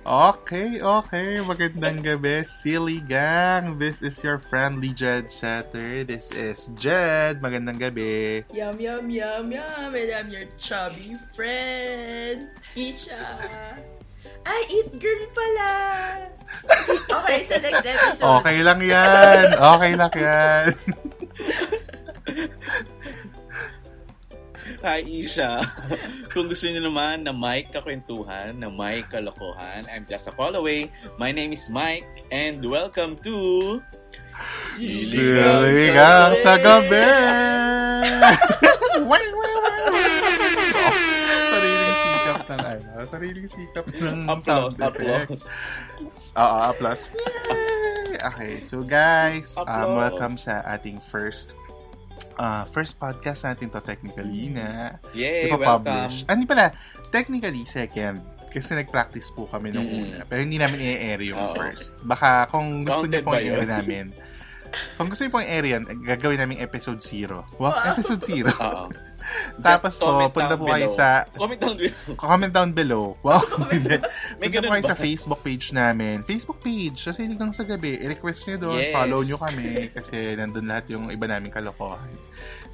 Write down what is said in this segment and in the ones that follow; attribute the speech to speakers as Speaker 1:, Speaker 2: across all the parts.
Speaker 1: Okay, okay. Magandang gabi, Silly Gang. This is your friendly Jed Setter. This is Jed. Magandang gabi.
Speaker 2: Yum, yum, yum, yum, and I'm your chubby friend, Isha. I eat girl pala! Okay, so next episode.
Speaker 1: Okay lang yan. Okay lang yan.
Speaker 3: Hi, Isha. Kung gusto niyo naman na Mike kakwentuhan, na Mike kalokohan, I'm just a call away. My name is Mike, and welcome to...
Speaker 1: Silly Gang sa gabi. Wah, wah, wah. Sariling sikap ng ano. Sariling sikap ng Mm, sound
Speaker 3: Applause,
Speaker 1: effects.
Speaker 3: applause.
Speaker 1: Oo, applause. Yay! Okay, so guys, um,
Speaker 3: Applause.
Speaker 1: welcome sa ating first uh, first podcast natin to technically na
Speaker 3: Yay, welcome.
Speaker 1: ipapublish. Ah, hindi pala, technically second. Kasi nag-practice po kami nung
Speaker 3: Mm.
Speaker 1: una. Pero hindi namin i-air yung
Speaker 3: Oo.
Speaker 1: first. Baka kung gusto niyo
Speaker 3: Counted
Speaker 1: pong
Speaker 3: ba yun?
Speaker 1: i-air namin, kung gusto niyo pong i-air yan, gagawin namin episode 0. Wow, episode 0.
Speaker 3: Ah. Oo.
Speaker 1: Tapos
Speaker 3: Just
Speaker 1: po,
Speaker 3: comment
Speaker 1: punta
Speaker 3: down
Speaker 1: po kayo
Speaker 3: below.
Speaker 1: sa
Speaker 3: Comment down below.
Speaker 1: Comment down below. Wow, hindi. Punta
Speaker 3: May
Speaker 1: po
Speaker 3: ganun
Speaker 1: kayo
Speaker 3: ba?
Speaker 1: sa Facebook page namin. Facebook page, kasi hanggang sa gabi, i-request nyo doon,
Speaker 3: Yes.
Speaker 1: follow nyo kami, kasi nandun lahat yung iba naming kalokohan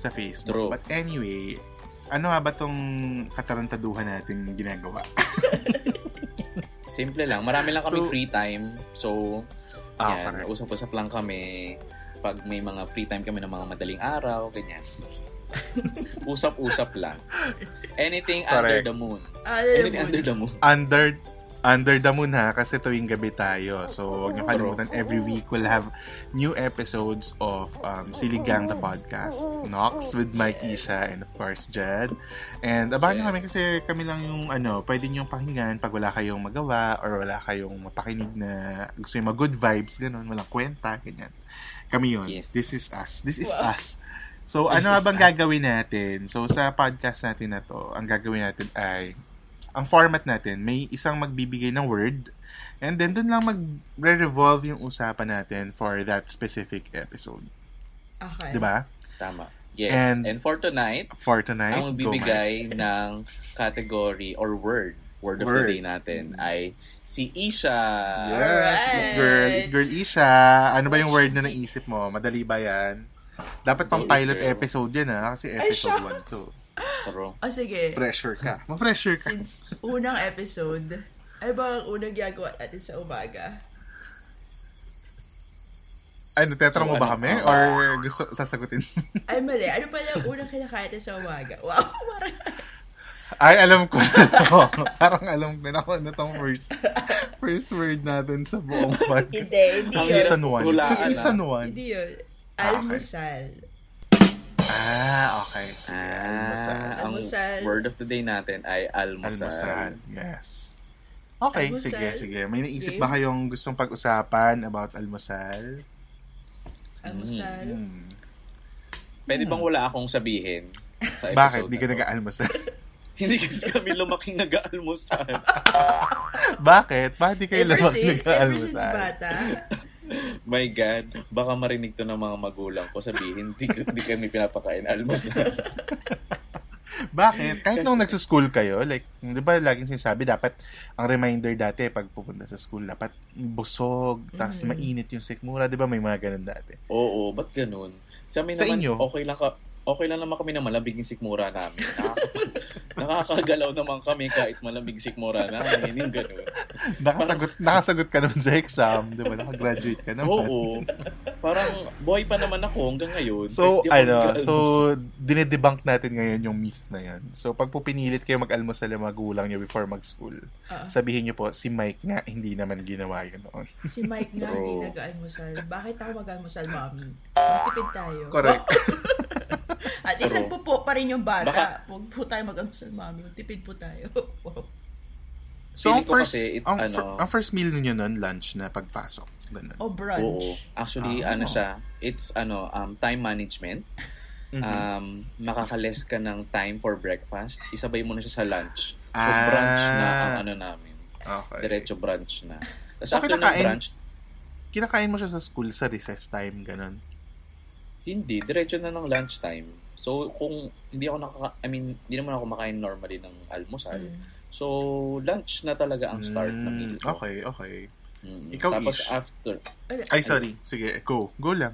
Speaker 1: sa Facebook.
Speaker 3: True.
Speaker 1: But anyway, ano nga ba tong katarantaduhan natin ginagawa?
Speaker 3: Simple lang. Marami lang kami
Speaker 1: So-
Speaker 3: free time. So,
Speaker 1: Ah,
Speaker 3: yan.
Speaker 1: correct.
Speaker 3: Usap-usap lang kami. Pag may mga free time kami ng mga madaling araw, ganyan. Usap-usap lang. Anything under
Speaker 1: Correct.
Speaker 3: the moon.
Speaker 2: Ano
Speaker 3: Anything
Speaker 2: naman?
Speaker 3: under the moon.
Speaker 1: Under Under the Moon ha, kasi tuwing gabi tayo. So, huwag niyo kalimutan, every week we'll have new episodes of um, Siligang the Podcast. Knox with Mike Isha and of course Jed. And abangan niyo
Speaker 3: Yes.
Speaker 1: kami kasi kami lang yung ano, pwede niyong pakinggan pag wala kayong magawa or wala kayong mapakinig na gusto niyo mag-good vibes, ganun, walang kwenta, ganyan. Kami yun.
Speaker 3: Yes.
Speaker 1: This is us. This is
Speaker 2: Wow.
Speaker 1: us. So,
Speaker 3: This
Speaker 1: ano nga
Speaker 3: is
Speaker 1: bang
Speaker 3: us.
Speaker 1: gagawin natin? So, sa podcast natin na to, ang gagawin natin ay, ang format natin, may isang magbibigay ng word, and then dun lang mag-revolve yung usapan natin for that specific episode. 'Di
Speaker 2: Okay.
Speaker 1: ba?
Speaker 3: Tama. Yes.
Speaker 1: And-
Speaker 3: And, for tonight,
Speaker 1: For tonight,
Speaker 3: ang
Speaker 1: go, Mike.
Speaker 3: bibigay ng category or word, word of
Speaker 1: Word.
Speaker 3: the day natin ay si Isha.
Speaker 1: Yes, good girl.
Speaker 2: Alright.
Speaker 1: Girl Isha, ano ba yung word na naisip mo? Madali ba yan? Dapat pang
Speaker 3: Go,
Speaker 1: pilot
Speaker 3: girl.
Speaker 1: episode yan ha, kasi
Speaker 2: Ay,
Speaker 1: episode
Speaker 2: shucks.
Speaker 1: 1 to.
Speaker 3: Pero,
Speaker 2: O Oh, sige,
Speaker 1: Pressure ka. Ma-pressure ka.
Speaker 2: since unang episode, ano ba ang unang ginagawa natin sa umaga?
Speaker 1: Ano, tetra
Speaker 3: So,
Speaker 1: mo
Speaker 3: ano?
Speaker 1: ba kami? Or gusto sasagutin?
Speaker 2: Ay, mali. Ano pala ang unang kinakain natin sa umaga? Wow, parang...
Speaker 1: Ay, alam ko na to. Parang alam ko na kung ano tong first, first word natin sa buong podcast.
Speaker 2: Hindi, hindi
Speaker 3: Ang
Speaker 2: yun.
Speaker 1: season 1.
Speaker 3: Hulaan
Speaker 1: Sa
Speaker 3: na.
Speaker 1: season
Speaker 2: Hindi
Speaker 1: 1.
Speaker 2: yun. Almusal.
Speaker 1: Ah, okay. Sige, almusal.
Speaker 3: ah, ang
Speaker 2: Almusal.
Speaker 3: word of the day natin ay almusal.
Speaker 1: Almusal. Yes. Okay,
Speaker 2: Almusal.
Speaker 1: sige, sige. May naisip
Speaker 2: Game.
Speaker 1: ba kayong gustong pag-usapan about almusal?
Speaker 2: Almusal.
Speaker 1: Hmm.
Speaker 3: Pwede bang wala akong sabihin sa
Speaker 1: Bakit?
Speaker 3: episode
Speaker 1: Di ka
Speaker 3: na to?
Speaker 1: nag-almusal?
Speaker 3: Hindi kasi kami lumaking nag-almusal.
Speaker 1: Bakit? Bakit di kayo
Speaker 2: Ever
Speaker 1: lamang
Speaker 2: since, ever since
Speaker 1: nag-almusal?
Speaker 2: bata.
Speaker 3: My God, baka marinig to ng mga magulang ko sabihin, di, di kami pinapakain almusal.
Speaker 1: Bakit? Kahit nung
Speaker 3: Kasi-
Speaker 1: nagsuschool kayo, like, di ba laging sinasabi, dapat, ang reminder dati, pag pupunta sa school, dapat busog, tapos
Speaker 3: Mm-hmm.
Speaker 1: mainit yung sikmura, di ba? May mga ganun dati.
Speaker 3: Oo, ba't ganun? Sa amin
Speaker 1: Sa
Speaker 3: naman,
Speaker 1: inyo?
Speaker 3: okay lang ka okay lang naman kami na malambig yung sikmura namin. Nakaka- Nakakagalaw naman kami kahit malambig sikmura namin. Yung ganun.
Speaker 1: Nakasagot, nakasagot ka naman sa exam, di ba? Nakagraduate ka naman.
Speaker 3: Oo. Parang boy pa naman ako hanggang ngayon.
Speaker 1: So,
Speaker 3: Hindi ako
Speaker 1: ano,
Speaker 3: nag-almus.
Speaker 1: so, dinedebunk natin ngayon yung myth na yan. So, pag po pinilit kayo mag-almusal ang magulang nyo before mag-school,
Speaker 2: Ah.
Speaker 1: sabihin nyo po, si Mike nga, hindi naman ginawa yun noon.
Speaker 2: Si Mike nga
Speaker 3: True.
Speaker 2: hindi nag-almusal. Bakit ako mag-almusal, mami? Magtipid tayo.
Speaker 1: Correct.
Speaker 2: At least
Speaker 3: True.
Speaker 2: nagpupo pa rin yung
Speaker 3: Baka-
Speaker 2: bata. Huwag po tayo mag-almusal, mami. Magtipid po tayo.
Speaker 1: So, ang
Speaker 3: Feeling ko
Speaker 1: first,
Speaker 3: kasi it-
Speaker 1: ang,
Speaker 3: ano-
Speaker 1: fir- ang first meal ninyo nun, lunch na pagpasok. Ganun.
Speaker 2: o
Speaker 3: Oo.
Speaker 2: brunch.
Speaker 3: Actually,
Speaker 1: Ah,
Speaker 3: ano
Speaker 1: oo.
Speaker 3: siya, it's ano, um, time management.
Speaker 1: Mhm.
Speaker 3: Um, makakales ka ng time for breakfast. Isabay mo na siya sa lunch. So,
Speaker 1: Ah.
Speaker 3: brunch na ang ano namin.
Speaker 1: Okay.
Speaker 3: Diretso brunch na. Tapos
Speaker 1: So,
Speaker 3: after ng
Speaker 1: kinakain-
Speaker 3: brunch,
Speaker 1: Kinakain mo siya sa school sa recess time, ganun.
Speaker 3: hindi. Diretso na ng lunch time. So, kung hindi ako nakaka... I mean, hindi naman ako makain normally ng almusal.
Speaker 2: Mm.
Speaker 3: So, lunch na talaga ang start ng
Speaker 1: Mm,
Speaker 3: meal ko.
Speaker 1: Okay, okay.
Speaker 3: Mm.
Speaker 1: Ikaw,
Speaker 3: Tapos
Speaker 1: Ish.
Speaker 3: after...
Speaker 1: Ay, sorry. Sige, go. Go lang.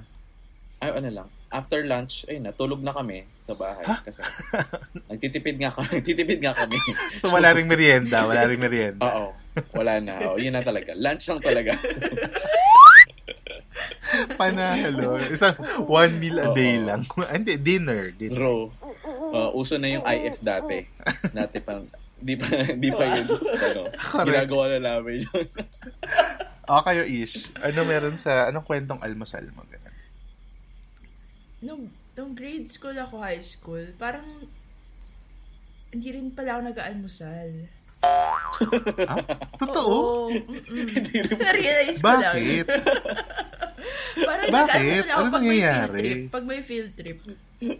Speaker 3: Ay, ano lang. After lunch, ay natulog na kami sa bahay. Kasi nagtitipid nga kami. Nagtitipid nga kami.
Speaker 1: So, wala ring merienda. Wala ring merienda.
Speaker 3: Oo. Wala na. Oo, yun na talaga. Lunch lang talaga.
Speaker 1: Panalo. Isang one meal a day
Speaker 3: Oo.
Speaker 1: lang. Hindi, dinner. dinner.
Speaker 3: Bro. Uh, uso na yung IF dati. Dati pang... Di pa, di pa yun. Ano,
Speaker 1: Correct.
Speaker 3: ginagawa na namin yun.
Speaker 1: O, Ah, kayo ish. Ano meron sa, anong kwentong almasal mo? Ganun.
Speaker 2: Nung, nung grade school ako, high school, parang hindi rin pala ako nag-almusal.
Speaker 1: Ah, totoo?
Speaker 2: Oo. mm-mm. Na-realize ko lang.
Speaker 1: Bakit?
Speaker 2: Parang
Speaker 1: Bakit? Ano
Speaker 2: nag-almusal ako pag may field
Speaker 1: nangyayari?
Speaker 2: trip. Pag may field trip.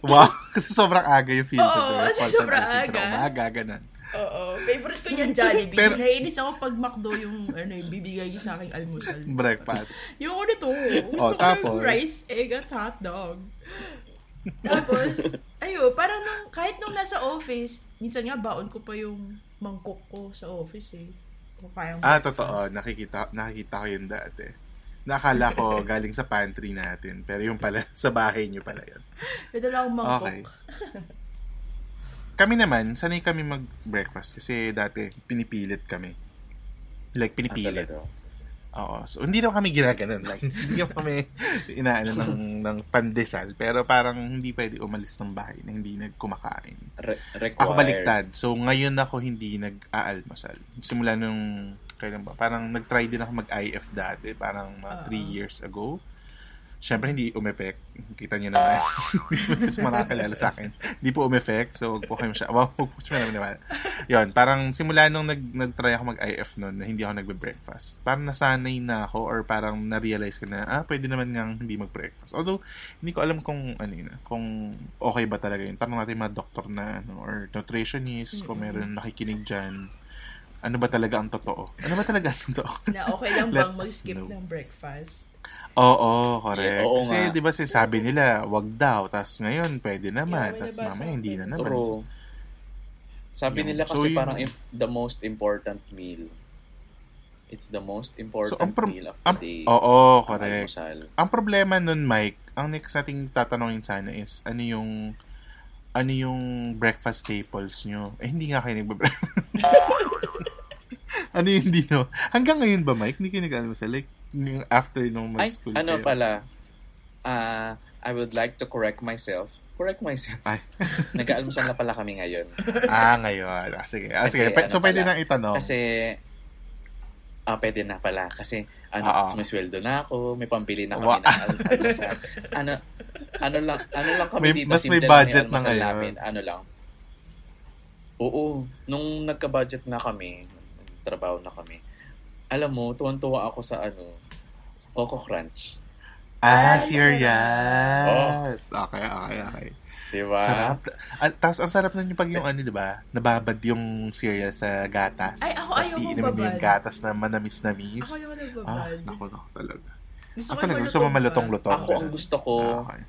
Speaker 1: Wow, kasi sobrang aga yung field trip.
Speaker 2: Oo,
Speaker 1: eh.
Speaker 2: kasi
Speaker 1: Call
Speaker 2: sobrang
Speaker 1: center,
Speaker 2: aga.
Speaker 1: Umaga, ganun.
Speaker 2: Oo. Favorite ko niyan, Jollibee.
Speaker 1: Pero-
Speaker 2: Naiinis ako pag McDo yung ano, yung bibigay niya sa aking almusal.
Speaker 1: Breakfast.
Speaker 2: Yung ano to. Gusto
Speaker 1: Mm. Oh,
Speaker 2: ko yung
Speaker 1: tapos?
Speaker 2: rice, egg, at hotdog. Tapos, ayo parang nung, kahit nung nasa office, minsan nga baon ko pa yung mangkok ko sa office eh. Kung kayang
Speaker 1: Ah,
Speaker 2: breakfast.
Speaker 1: totoo. Nakikita, nakikita ko yun dati. Nakala ko galing sa pantry natin. Pero yung pala, sa bahay nyo pala yun.
Speaker 2: May dala akong mangkok.
Speaker 1: Okay. Kami naman, sanay kami mag-breakfast. Kasi dati, pinipilit kami. Like,
Speaker 3: Ah,
Speaker 1: pinipilit.
Speaker 3: talaga.
Speaker 1: Oo. So, hindi naman kami ginaganon. Like, hindi naman kami inaano ng, ng pandesal. Pero parang hindi pwede umalis ng bahay na hindi nagkumakain.
Speaker 3: Re- required.
Speaker 1: Ako baliktad. So, ngayon ako hindi nag-aalmasal. Simula nung, kailan ba? Parang nag-try din ako mag-IF dati. Parang mga
Speaker 2: Ah.
Speaker 1: 3 years ago. Siyempre, hindi umepek. Kita niyo naman. Mas makakalala sa akin. Hindi po umepek. So, huwag po kayo siya. Wow, huwag po siya naman naman. Yun, parang simula nung nag, nag-try ako mag-IF noon na hindi ako nagbe-breakfast. Parang nasanay na ako or parang na-realize ko na, ah, pwede naman nga hindi mag-breakfast. Although, hindi ko alam kung ano yun, ah, kung okay ba talaga yun. Tanong natin yung mga doktor na ano, or nutritionist, kung meron nakikinig dyan. Ano ba talaga ang totoo? Ano ba talaga ang totoo?
Speaker 2: Na okay lang
Speaker 1: Let
Speaker 2: bang
Speaker 1: us
Speaker 2: mag-skip
Speaker 1: know.
Speaker 2: ng breakfast?
Speaker 1: Oo, correct.
Speaker 3: Yeah, oo
Speaker 1: Kasi
Speaker 3: nga.
Speaker 1: di ba sinasabi nila, wag daw, tapos ngayon pwede naman,
Speaker 2: Yeah, may
Speaker 1: tapos
Speaker 2: nabasa
Speaker 1: mamaya
Speaker 2: ako
Speaker 1: hindi na
Speaker 2: dun.
Speaker 1: naman.
Speaker 3: True. Sabi
Speaker 1: Yun.
Speaker 3: nila
Speaker 1: So,
Speaker 3: kasi
Speaker 1: yun.
Speaker 3: parang im- the most important meal. It's the most important
Speaker 1: So, ang prom-
Speaker 3: meal of the
Speaker 1: ang-
Speaker 3: day.
Speaker 1: oo,
Speaker 3: Ang
Speaker 1: correct.
Speaker 3: almusal.
Speaker 1: Ang problema nun, Mike, ang next nating tatanungin sana is, ano yung ano yung breakfast staples nyo? Eh, hindi nga kayo nagbe-breakfast. ano yung hindi nyo? Hanggang ngayon ba, Mike? Hindi kayo nag-ano sa like, yung after nung
Speaker 3: Ay,
Speaker 1: mag-school
Speaker 3: ano
Speaker 1: kayo?
Speaker 3: pala? Ah, I would like to correct myself. Correct myself.
Speaker 1: Ay.
Speaker 3: Nag-almusal na pala kami ngayon.
Speaker 1: ah, ngayon. Ah, sige. Ah,
Speaker 3: Kasi
Speaker 1: sige. Pa-
Speaker 3: ano
Speaker 1: so, pwede
Speaker 3: pala?
Speaker 1: nang itanong.
Speaker 3: Kasi, ah, pwede na pala. Kasi, ano,
Speaker 1: Oo.
Speaker 3: may sweldo na ako, may pambili na
Speaker 1: Wa-
Speaker 3: kami ng al- almusal. ano, ano lang, ano lang kami
Speaker 1: May-
Speaker 3: dito.
Speaker 1: mas may
Speaker 3: simple lang
Speaker 1: budget na
Speaker 3: yung almusal
Speaker 1: ngayon.
Speaker 3: namin, Ano lang. Oo, nung nagka-budget na kami, trabaho na kami, alam mo, tuwan-tuwa ako sa ano, Coco Crunch.
Speaker 1: ah, serious.
Speaker 3: Oh.
Speaker 1: Okay, okay, okay.
Speaker 3: Di ba?
Speaker 1: Sarap. Ah, tapos, ang sarap nun yung pag
Speaker 3: Eh.
Speaker 1: yung ano, di ba? Nababad yung cereal sa gatas.
Speaker 2: Ay, ako
Speaker 1: Tapos
Speaker 2: ayaw kong
Speaker 1: iinumin mo yung
Speaker 2: babad.
Speaker 1: gatas na manamis-namis.
Speaker 2: Ako naman
Speaker 1: Ah,
Speaker 2: nagbabad.
Speaker 1: naku, naku, talaga.
Speaker 2: gusto
Speaker 1: Ako
Speaker 2: ko
Speaker 1: talaga,
Speaker 2: yung
Speaker 1: gusto mo malutong-lutong.
Speaker 3: Ako ang gusto ko,
Speaker 1: Ah, okay.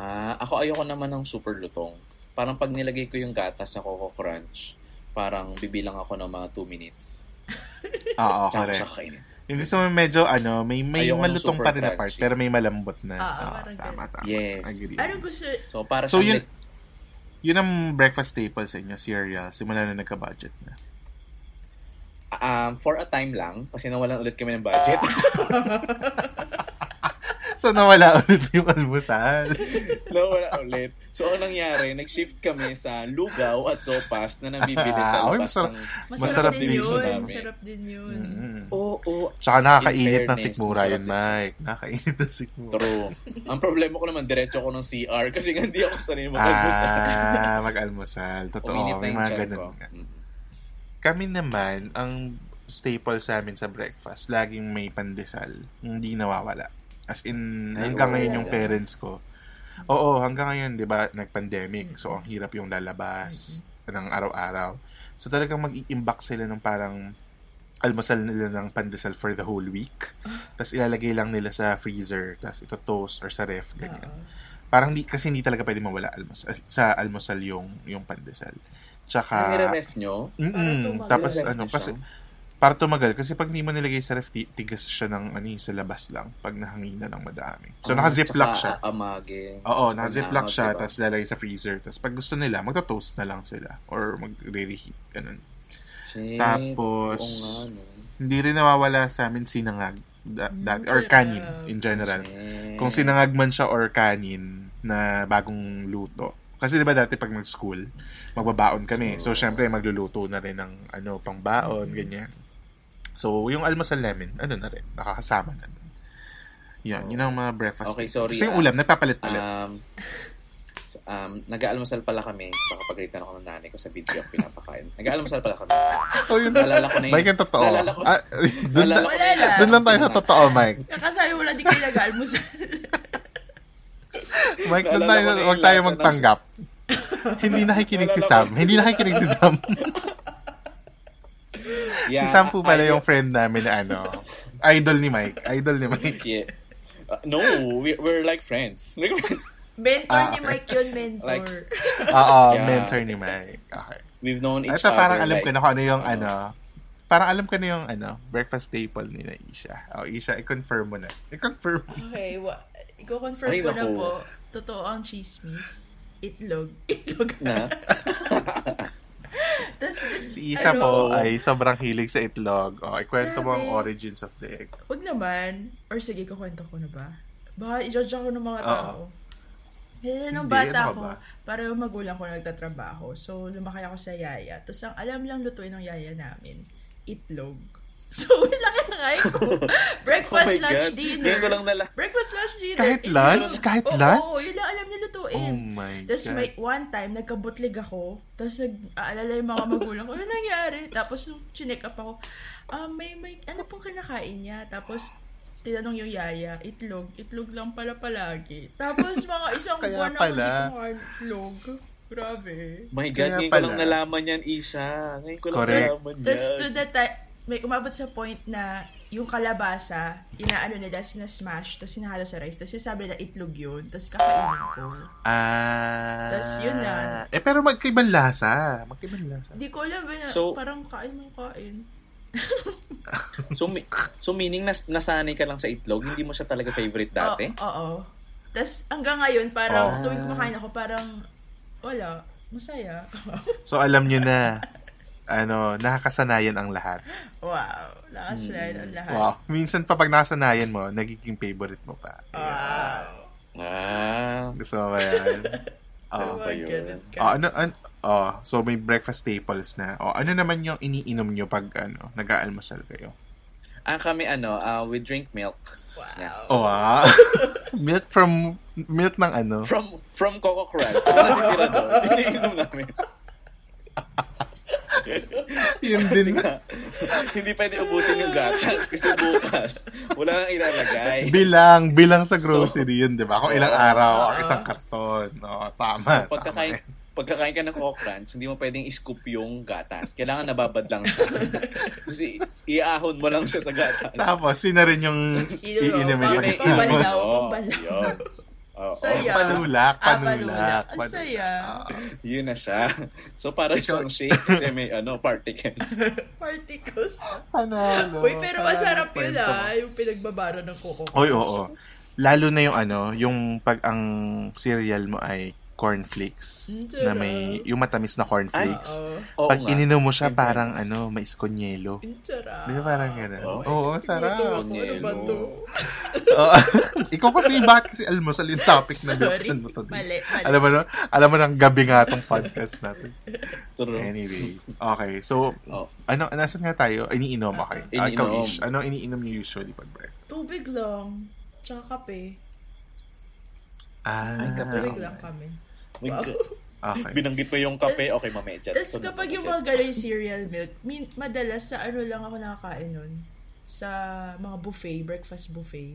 Speaker 3: Ah, ako ayoko naman ng super lutong. Parang pag nilagay ko yung gatas sa Coco Crunch, parang bibilang ako ng mga 2 minutes.
Speaker 1: Oo,
Speaker 3: Tsaka
Speaker 1: correct.
Speaker 3: siya kainin.
Speaker 1: Ah, Yung gusto mo medyo, ano, may, may
Speaker 3: Ayoko ng
Speaker 1: malutong
Speaker 3: super
Speaker 1: pa rin na part,
Speaker 3: crunchy.
Speaker 1: pero may malambot na.
Speaker 2: Ah,
Speaker 1: Oo,
Speaker 2: parang
Speaker 1: tama, tama.
Speaker 3: Yes.
Speaker 1: Agree.
Speaker 2: Anong gusto?
Speaker 3: So, para
Speaker 1: So,
Speaker 3: siyang
Speaker 1: yun- Yun ang breakfast staple sa inyo, cereal, simula na nagka-budget na.
Speaker 3: like,
Speaker 1: Ah.
Speaker 3: um, for a time lang, kasi nawalan ulit kami ng budget.
Speaker 1: so, nawala ulit yung almusal.
Speaker 3: Nawala ulit. So, ang nangyari, nag-shift kami sa lugaw at sopas na nabibili
Speaker 1: Ah,
Speaker 3: sa
Speaker 1: uy,
Speaker 3: labas.
Speaker 1: masarap.
Speaker 3: ng...
Speaker 2: Masarap,
Speaker 1: Masarap
Speaker 2: din
Speaker 1: din
Speaker 2: yun.
Speaker 1: siya
Speaker 3: namin.
Speaker 2: Masarap din yun.
Speaker 1: Mm.
Speaker 3: Oo, oo.
Speaker 1: Tsaka nakakainit ng
Speaker 3: fairness,
Speaker 1: sikmura yun,
Speaker 3: masarap din siya.
Speaker 1: Mike. Nakakainit ng sikmura.
Speaker 3: True. Ang problema ko naman, diretso ko ng CR kasi nga hindi ako sanay mag-almusal.
Speaker 1: Ah, mag-almusal. Totoo,
Speaker 3: Uminit na
Speaker 1: may
Speaker 3: yung
Speaker 1: mga
Speaker 3: chan ko.
Speaker 1: ganun. nga.
Speaker 3: Mm.
Speaker 1: Kami naman, ang staple sa amin sa breakfast, laging may pandesal. Hindi nawawala. As in,
Speaker 3: Ay,
Speaker 1: hanggang
Speaker 3: oo,
Speaker 1: ngayon yung
Speaker 3: wala.
Speaker 1: parents ko. Oo, hanggang ngayon, di ba, nag-pandemic. So, ang hirap yung lalabas
Speaker 3: Mm-hmm.
Speaker 1: ng araw-araw. So, talagang mag-iimbak sila ng parang almusal nila ng pandesal for the whole week.
Speaker 3: Ah.
Speaker 1: Tapos ilalagay lang nila sa freezer. Tapos ito toast or sa ref, ganyan.
Speaker 2: Oo.
Speaker 1: Parang di, kasi hindi talaga pwede mawala almusal, sa almusal yung, yung pandesal.
Speaker 3: Ang
Speaker 1: Tsaka,
Speaker 3: nire-ref nyo?
Speaker 1: Mm-mm.
Speaker 2: tumagal.
Speaker 1: Tapos
Speaker 3: Nire-ref
Speaker 1: ano,
Speaker 3: nyo
Speaker 1: kasi
Speaker 3: siya?
Speaker 1: para tumagal kasi pag hindi mo nilagay sa ref, ti- tigas siya ng ano, yun, sa labas lang pag nahangina ng madami. So
Speaker 3: Ah,
Speaker 1: naka-ziplock
Speaker 3: tsaka
Speaker 1: siya.
Speaker 3: aamage.
Speaker 1: Oo,
Speaker 3: Tsaka
Speaker 1: naka-ziplock
Speaker 3: naamag,
Speaker 1: siya
Speaker 3: diba?
Speaker 1: tapos lalagay sa freezer. Tapos pag gusto nila, magto-toast na lang sila or magre-reheat ganun.
Speaker 3: Shit,
Speaker 1: Tapos,
Speaker 3: Eh, oo nga, Hmm, no?
Speaker 1: Hindi rin nawawala sa amin sinangag da- dati, or kanin in general.
Speaker 3: Shit.
Speaker 1: Kung sinangag man siya or kanin na bagong luto. Kasi 'di ba dati pag nag-school, magbabaon kami. So syempre magluluto na rin ng ano, pangbaon,
Speaker 3: Mm.
Speaker 1: ganyan. So yung almusal namin, ano na rin, nakakasama na. Rin. Yan, yun ang mga breakfast.
Speaker 3: Oh. Okay,
Speaker 1: namin.
Speaker 3: sorry,
Speaker 1: Kasi yung
Speaker 3: ah.
Speaker 1: ulam, nagpapalit-palit.
Speaker 3: Um, s- um, nag-aalmasal pala kami. Baka pagalitan ako ng nanay ko sa video ako pinapakain. Nag-aalmasal pala kami.
Speaker 1: oh, yun.
Speaker 3: naalala ko na yun.
Speaker 1: Mike, yung totoo.
Speaker 3: Naalala ko.
Speaker 1: Ah, dun, na-
Speaker 3: Naalala ko na yun.
Speaker 2: Wala
Speaker 1: dun lang tayo sa
Speaker 3: Sinangag.
Speaker 1: totoo, Mike.
Speaker 2: Kakasabi wala di kayo nag-almusal.
Speaker 1: Mike, dun
Speaker 3: Naalala
Speaker 1: tayo,
Speaker 3: ko na yung
Speaker 1: huwag tayo
Speaker 3: lasa ng-
Speaker 1: magtanggap. Hindi nakikinig si
Speaker 3: Naalala ko.
Speaker 1: Sam. Hindi nakikinig si Sam. si
Speaker 3: Yeah,
Speaker 1: Sam po pala
Speaker 3: ayaw-
Speaker 1: yung friend namin na ano, idol ni Mike. Idol ni Mike.
Speaker 3: Yeah. Uh, no, we, we're like friends. Like friends.
Speaker 2: Mentor
Speaker 1: Ah,
Speaker 2: ni Mike yun, mentor.
Speaker 3: Like,
Speaker 1: Oo,
Speaker 3: Yeah.
Speaker 1: mentor ni Mike. Okay.
Speaker 3: We've known each
Speaker 1: Ito
Speaker 3: other.
Speaker 1: parang alam
Speaker 3: like,
Speaker 1: ko na kung ano yung
Speaker 3: ano.
Speaker 1: ano. Parang alam ko na yung ano, breakfast staple ni na Isha. O, Isha, i-confirm mo na. I-confirm mo.
Speaker 2: Okay, wa- i-confirm
Speaker 3: Ay,
Speaker 2: ko na
Speaker 3: naku.
Speaker 2: po. Totoo ang chismis. Itlog. Itlog.
Speaker 3: Na?
Speaker 2: Tas, tas,
Speaker 1: Si Isha
Speaker 2: ano,
Speaker 1: po ay sobrang hilig sa itlog. O, ikwento mo ang
Speaker 2: Grabe.
Speaker 1: origins of the egg.
Speaker 2: Huwag naman. Or sige, kukwento ko na ba? Baka i-judge ako ng mga
Speaker 1: Oo.
Speaker 2: tao. Eh, nung
Speaker 1: Hindi, ano
Speaker 2: bata
Speaker 1: ka
Speaker 2: ko,
Speaker 1: ba?
Speaker 2: pareho magulang ko nagtatrabaho. So, lumaki ako sa yaya. Tapos, ang alam lang lutuin ng yaya namin, itlog. So, yung laki ng ay ko.
Speaker 3: Oh
Speaker 2: Breakfast,
Speaker 3: my
Speaker 2: lunch,
Speaker 3: God.
Speaker 2: dinner.
Speaker 3: Ngayon ko lang nala...
Speaker 2: Breakfast, lunch, dinner.
Speaker 1: Kahit
Speaker 2: itlog.
Speaker 1: lunch? Kahit
Speaker 2: Oo,
Speaker 1: lunch?
Speaker 2: Oo, yun lang alam niya
Speaker 3: Eh,
Speaker 2: lutuin.
Speaker 1: Oh my
Speaker 2: Tapos may
Speaker 1: God.
Speaker 2: one time, nagkabutlig ako. Tapos nag-aalala yung mga magulang ko, ano nangyari? Tapos nung chinek up ako, ah, may, may, ano pong kinakain niya? Tapos tinanong yung yaya, itlog. Itlog lang pala palagi. Tapos mga isang
Speaker 1: Kaya
Speaker 2: buwan na
Speaker 1: pala.
Speaker 2: hindi kumakain ng itlog. Grabe.
Speaker 3: My God,
Speaker 1: Kaya
Speaker 3: ngayon ko
Speaker 1: pala.
Speaker 3: lang nalaman yan, Isha. Ngayon ko lang
Speaker 1: Correct.
Speaker 3: nalaman yan.
Speaker 2: Tapos to the time, may umabot sa point na yung kalabasa, inaano nila, sinasmash, tapos sinahalo sa rice. Tapos sinasabi nila, itlog yun. Tapos kakainin ko.
Speaker 1: Ah.
Speaker 2: Tas yun na.
Speaker 1: Eh, pero magkaibang lasa. Magkaibang lasa.
Speaker 2: Hindi ko alam, eh,
Speaker 3: So-
Speaker 2: parang kain ng kain.
Speaker 3: So, mi- so meaning nas nasanay ka lang sa itlog? Hindi mo siya talaga favorite dati?
Speaker 2: Oo. Ah, oo. Tapos hanggang ngayon, parang
Speaker 1: Oo.
Speaker 2: tuwing kumakain ako, parang wala, masaya.
Speaker 1: So, alam nyo na, ano, nakakasanayan ang lahat.
Speaker 2: wow, lakas lahat ang lahat.
Speaker 1: Hmm. Wow. Minsan pa pag nakasanayan mo, nagiging favorite mo pa.
Speaker 2: Wow.
Speaker 3: Ah,
Speaker 1: Gusto mo ba yan? Oo.
Speaker 2: Oh,
Speaker 3: ba yun?
Speaker 2: ganun ka.
Speaker 1: Ah, ano, an, oh, so may breakfast staples na. Oh, ano naman yung iniinom nyo pag ano, nag-aalmusal kayo?
Speaker 3: ang kami ano, ah, we drink milk.
Speaker 2: Wow.
Speaker 1: Oh, ah. milk from milk ng ano.
Speaker 3: From from Coco Crunch. Yung natitira doon, iniinom namin.
Speaker 1: Yun
Speaker 3: Kasi
Speaker 1: din.
Speaker 3: nga, hindi pwede ubusin yung gatas kasi bukas wala nang ilalagay.
Speaker 1: bilang, bilang sa grocery yun, 'di ba? Kung ilang
Speaker 3: Oo.
Speaker 1: araw, isang karton. Oh, tama. tama
Speaker 3: Pagkakain,
Speaker 1: yun.
Speaker 3: pagkakain ka ng Coco Crunch, hindi mo pwedeng scoop yung gatas. Kailangan nababad lang siya. Kasi iaahon mo lang siya sa gatas.
Speaker 1: Tapos, yun na rin yung iinumin pag
Speaker 2: Yun ay-
Speaker 1: aalmusal.
Speaker 2: Pambanlaw, pambanlaw.
Speaker 3: Yun. Oo.
Speaker 2: Saya.
Speaker 1: Panulak,
Speaker 2: Ah,
Speaker 1: panulak.
Speaker 2: panulak. Ang saya.
Speaker 1: Ah.
Speaker 3: Yun na siya. So, para
Speaker 1: Ikaw-
Speaker 3: siyang shake kasi may ano, particles.
Speaker 2: Particles.
Speaker 1: Panalo.
Speaker 2: Uy, pero
Speaker 1: Panalo
Speaker 2: masarap
Speaker 1: Ah,
Speaker 2: yun
Speaker 1: kwento mo.
Speaker 2: ah, yung pinagbabara ng koko.
Speaker 1: Oy, oo. Lalo na yung ano, yung pag ang cereal mo ay cornflakes.
Speaker 2: Mm,
Speaker 1: Na may,
Speaker 2: sarap. Ah,
Speaker 1: yung matamis na cornflakes.
Speaker 2: Oo.
Speaker 3: Oo
Speaker 1: Pag
Speaker 3: nga.
Speaker 1: ininom mo siya,
Speaker 3: Yung
Speaker 1: parang
Speaker 3: cornflakes.
Speaker 1: ano, mais konyelo.
Speaker 2: Ang sarap.
Speaker 1: Di ba parang gano'n?
Speaker 3: Oo.
Speaker 1: Oo, sarap.
Speaker 2: Ano ba to?
Speaker 1: Oo. Ikaw kasi, bakit kasi almusal yung topic na
Speaker 2: Sorry.
Speaker 1: binuksan mo to? di ba?
Speaker 2: Mali, mali.
Speaker 1: Alam mo na, alam mo na ang gabi nga tong podcast natin.
Speaker 3: True.
Speaker 1: Anyway, okay. So,
Speaker 3: Oh.
Speaker 1: ano, nasan nga tayo? Iniinom, okay. Ah, ikaw,
Speaker 3: Iniinom.
Speaker 1: Ish. Ano iniinom niyo usually pag break?
Speaker 2: Tubig lang. Tsaka kape.
Speaker 1: Ah,
Speaker 3: Ay, kape.
Speaker 2: Tubig
Speaker 3: okay.
Speaker 2: lang kami.
Speaker 3: May-
Speaker 2: Wow.
Speaker 1: Okay.
Speaker 3: Binanggit pa yung kape, okay, mamaya dyan.
Speaker 2: Tapos
Speaker 3: Sunod
Speaker 2: kapag
Speaker 3: na
Speaker 2: yung
Speaker 3: dyan.
Speaker 2: mga ganun yung cereal milk, min, madalas sa ano lang ako nakakain nun. Sa mga buffet, breakfast buffet.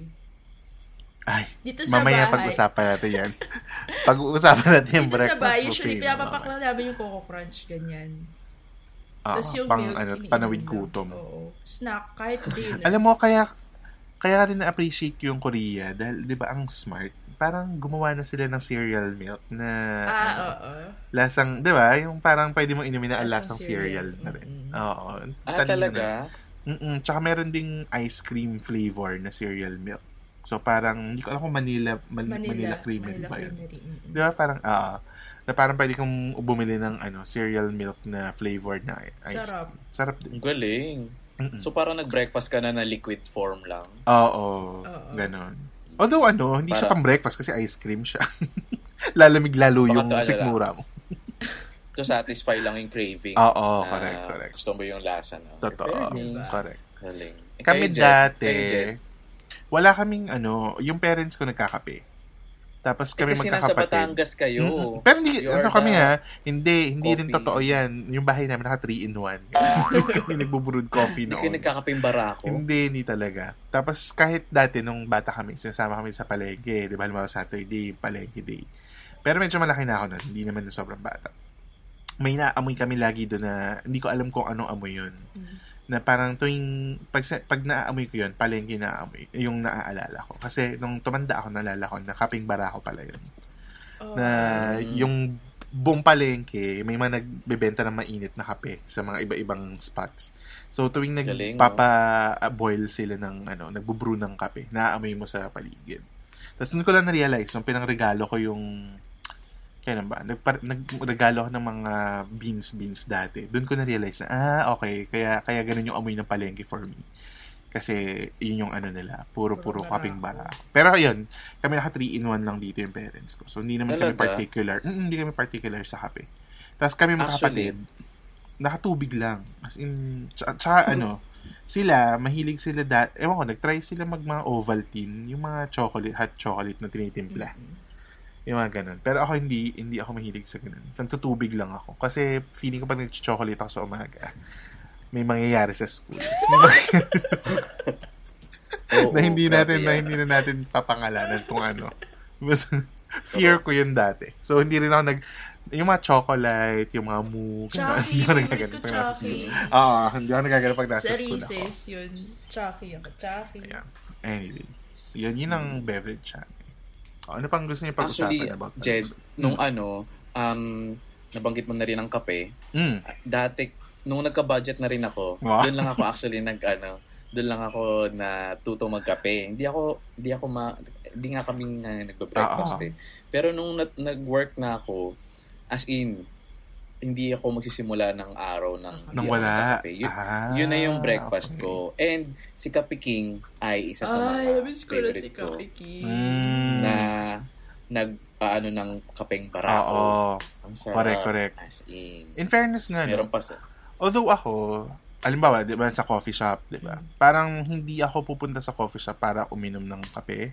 Speaker 1: Ay,
Speaker 2: Dito sa
Speaker 1: mamaya
Speaker 2: bahay.
Speaker 1: pag-usapan natin yan. pag-uusapan natin yung
Speaker 2: Dito sa
Speaker 1: breakfast ano,
Speaker 2: bahay,
Speaker 1: buffet
Speaker 2: usually
Speaker 1: na
Speaker 2: pinapapakla namin yung Coco Crunch, ganyan.
Speaker 1: mamaya. Oo,
Speaker 2: Tapos yung
Speaker 1: pang,
Speaker 2: milk,
Speaker 1: ano,
Speaker 2: iniinom
Speaker 1: panawid
Speaker 2: lang.
Speaker 1: gutom.
Speaker 2: Oo. Snack, kahit dinner.
Speaker 1: Alam mo, kaya kaya rin na-appreciate ko yung Korea dahil, di ba, ang smart. Parang gumawa na sila ng cereal milk na
Speaker 2: Ah,
Speaker 1: ano,
Speaker 2: oo.
Speaker 1: lasang, di ba, yung parang pwede mong inumin na lasang
Speaker 2: Lasang cereal.
Speaker 1: cereal na rin.
Speaker 2: Mm-mm.
Speaker 1: Oo.
Speaker 3: Ah,
Speaker 1: talino
Speaker 3: talaga?
Speaker 1: Mm-mm. Tsaka meron ding ice cream flavor na cereal milk. So parang, hindi ko alam kung Manila, Manila,
Speaker 2: Manila.
Speaker 1: Manila Creamery
Speaker 2: Manila
Speaker 1: ba yun?
Speaker 2: Creamery, mm-mm.
Speaker 1: Di ba parang, ah, na parang pwede kong bumili ng ano, cereal milk na flavored na i- ice
Speaker 2: Sarap.
Speaker 1: cream. Sarap din.
Speaker 3: Ang galing.
Speaker 1: Mm-mm.
Speaker 3: So parang nag-breakfast ka na na liquid form lang.
Speaker 1: Oo,
Speaker 2: Oo.
Speaker 1: ganon. Although ano, hindi siya
Speaker 3: Parang-
Speaker 1: pang breakfast kasi ice cream siya. Lalamig lalo
Speaker 3: Baka
Speaker 1: yung
Speaker 3: to, alala.
Speaker 1: sikmura mo.
Speaker 3: To satisfy lang yung craving.
Speaker 1: Oo,
Speaker 3: na
Speaker 1: correct, correct.
Speaker 3: Gusto mo yung lasa na.
Speaker 1: Totoo.
Speaker 3: Very nice.
Speaker 2: Diba?
Speaker 1: Correct.
Speaker 3: Galing. Eh,
Speaker 1: Kami
Speaker 3: kayo, Jet?
Speaker 1: dati,
Speaker 3: Kayo, Jet?
Speaker 1: wala kaming ano, yung parents ko nagkakape. Tapos
Speaker 3: Eh,
Speaker 1: kami
Speaker 3: kasi nasa
Speaker 1: magkakapatid.
Speaker 3: Batangas kayo.
Speaker 1: Mm-mm. Pero hindi,
Speaker 3: You
Speaker 1: ano
Speaker 3: are
Speaker 1: kami
Speaker 3: the
Speaker 1: ha, hindi, hindi rin
Speaker 3: coffee.
Speaker 1: totoo yan. Yung bahay namin naka 3 in 1. kami nagbuburod coffee
Speaker 3: Hindi kayo
Speaker 1: noon.
Speaker 3: nagkakaping barako.
Speaker 1: Hindi, hindi talaga. Tapos kahit dati nung bata kami, sinasama kami sa palengke, di ba, halimbawa Saturday, palengke day. Pero medyo malaki na ako noon, hindi naman sobrang bata. May naamoy kami lagi doon na, hindi ko alam kung anong amoy yun.
Speaker 2: Mm.
Speaker 1: Na parang tuwing, pag, sa- pag naaamoy ko yun, palengke naaamoy, yung naaalala ko. Kasi nung tumanda ako, naalala ko, na kaping barako pala yun
Speaker 2: Oo.
Speaker 1: na
Speaker 3: Mm.
Speaker 1: yung buong palengke, may mga nagbebenta ng mainit na kape sa mga iba-ibang spots. So tuwing
Speaker 3: Galing,
Speaker 1: nagpapa-boil sila ng ano, nagbo-brew ng kape, naaamoy mo sa paligid. Tapos noon ko lang na-realize, nung pinangregalo ko yung kailan ba? Nagpa- nagregalo ako ng mga beans beans dati. Doon ko na-realize na ah, okay, kaya kaya ganun yung amoy ng palengke for me. Kasi yun yung ano nila, puro-puro
Speaker 2: Puro
Speaker 1: kaping bara.
Speaker 2: barako.
Speaker 1: Pero yun, kami naka 3 in 1 lang dito yung parents ko. So hindi naman kami
Speaker 3: Talaga?
Speaker 1: particular. Mm, hindi kami particular sa kape. Tapos kami mga
Speaker 3: Actually.
Speaker 1: kapatid, nakatubig lang. As in, tsaka, tsaka
Speaker 3: Hmm.
Speaker 1: ano, sila, mahilig sila dat, ewan ko, nag-try sila mag mga Ovaltine, yung mga chocolate, hot chocolate na tinitimpla.
Speaker 3: Hmm.
Speaker 2: Mm-mm.
Speaker 1: Yung mga ganun. Pero ako hindi, hindi ako mahilig sa ganun. Nagtutubig lang ako. Kasi feeling ko pag nag-chocolate ako sa umaga, may mangyayari sa school. May mangyayari sa school
Speaker 3: Oo,
Speaker 1: na hindi natin,
Speaker 3: grabe
Speaker 1: na
Speaker 3: yan.
Speaker 1: hindi na natin papangalanan kung ano. Mas, fear ko yun dati. So, hindi rin ako nag... Yung mga chocolate, yung mga moo, yung mga-
Speaker 2: Chucky,
Speaker 1: hindi ako
Speaker 2: favorite
Speaker 1: nagaganap
Speaker 2: ko
Speaker 1: pag nasa
Speaker 2: Chucky.
Speaker 1: school. Oo, hindi ako nagaganap pag nasa
Speaker 2: Sa
Speaker 1: school ako.
Speaker 2: recess, yun. Chucky ako, Chucky.
Speaker 1: Ayan. Anyway, yun, yun ang beverage siya. O, ano pang gusto niyo pag-usapan
Speaker 3: Actually,
Speaker 1: about that?
Speaker 3: Jed, nung ano, um, nabanggit mo na rin ang kape.
Speaker 1: Mm.
Speaker 3: Dati, nung nagka-budget na rin ako,
Speaker 1: Wow.
Speaker 3: doon lang ako actually nag, ano, doon lang ako natuto magkape. Hindi ako, hindi ako ma, hindi nga kami nga nagbe-breakfast
Speaker 1: Ah.
Speaker 3: eh. Pero nung nat- nag-work na ako, as in, hindi ako magsisimula ng araw ng hindi
Speaker 1: Nang
Speaker 3: ako
Speaker 1: wala.
Speaker 3: magkape. Yun,
Speaker 1: Ah,
Speaker 3: yun na yung breakfast
Speaker 1: okay.
Speaker 3: ko. And si Kape King ay isa sa
Speaker 2: Ay,
Speaker 3: mga
Speaker 2: namiss ko na si
Speaker 3: favorite ko
Speaker 2: Kape King.
Speaker 1: Mm.
Speaker 3: na nag ano ng kapeng
Speaker 1: Oo.
Speaker 3: barako. Ang sarap.
Speaker 1: Correct, correct.
Speaker 3: As in,
Speaker 1: In ano? fairness nga, no?
Speaker 3: meron pa sa...
Speaker 1: although ako, alimbawa, di ba, sa coffee shop, di
Speaker 2: Mm.
Speaker 1: ba, parang hindi ako pupunta sa coffee shop para uminom ng kape.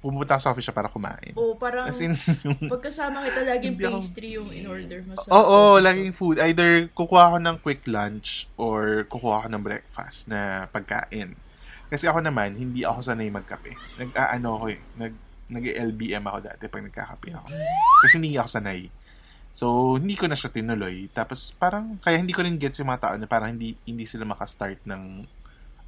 Speaker 1: Pupunta ako sa coffee shop para kumain.
Speaker 2: Oo, parang
Speaker 1: As in, yung-
Speaker 2: pagkasama kita, laging
Speaker 1: Hindi ako-
Speaker 2: pastry yung in-order mo sa...
Speaker 1: Oo, laging food. Either kukuha ako ng quick lunch or kukuha ako ng breakfast na pagkain. Kasi ako naman, hindi ako sanay magkape. Nag-aano ako eh. Nag, nag-LBM ako dati pag nagkakape ako. Kasi hindi ako sanay. So, hindi ko na siya tinuloy. Tapos, parang, kaya hindi ko rin get yung mga tao na parang hindi, hindi sila makastart ng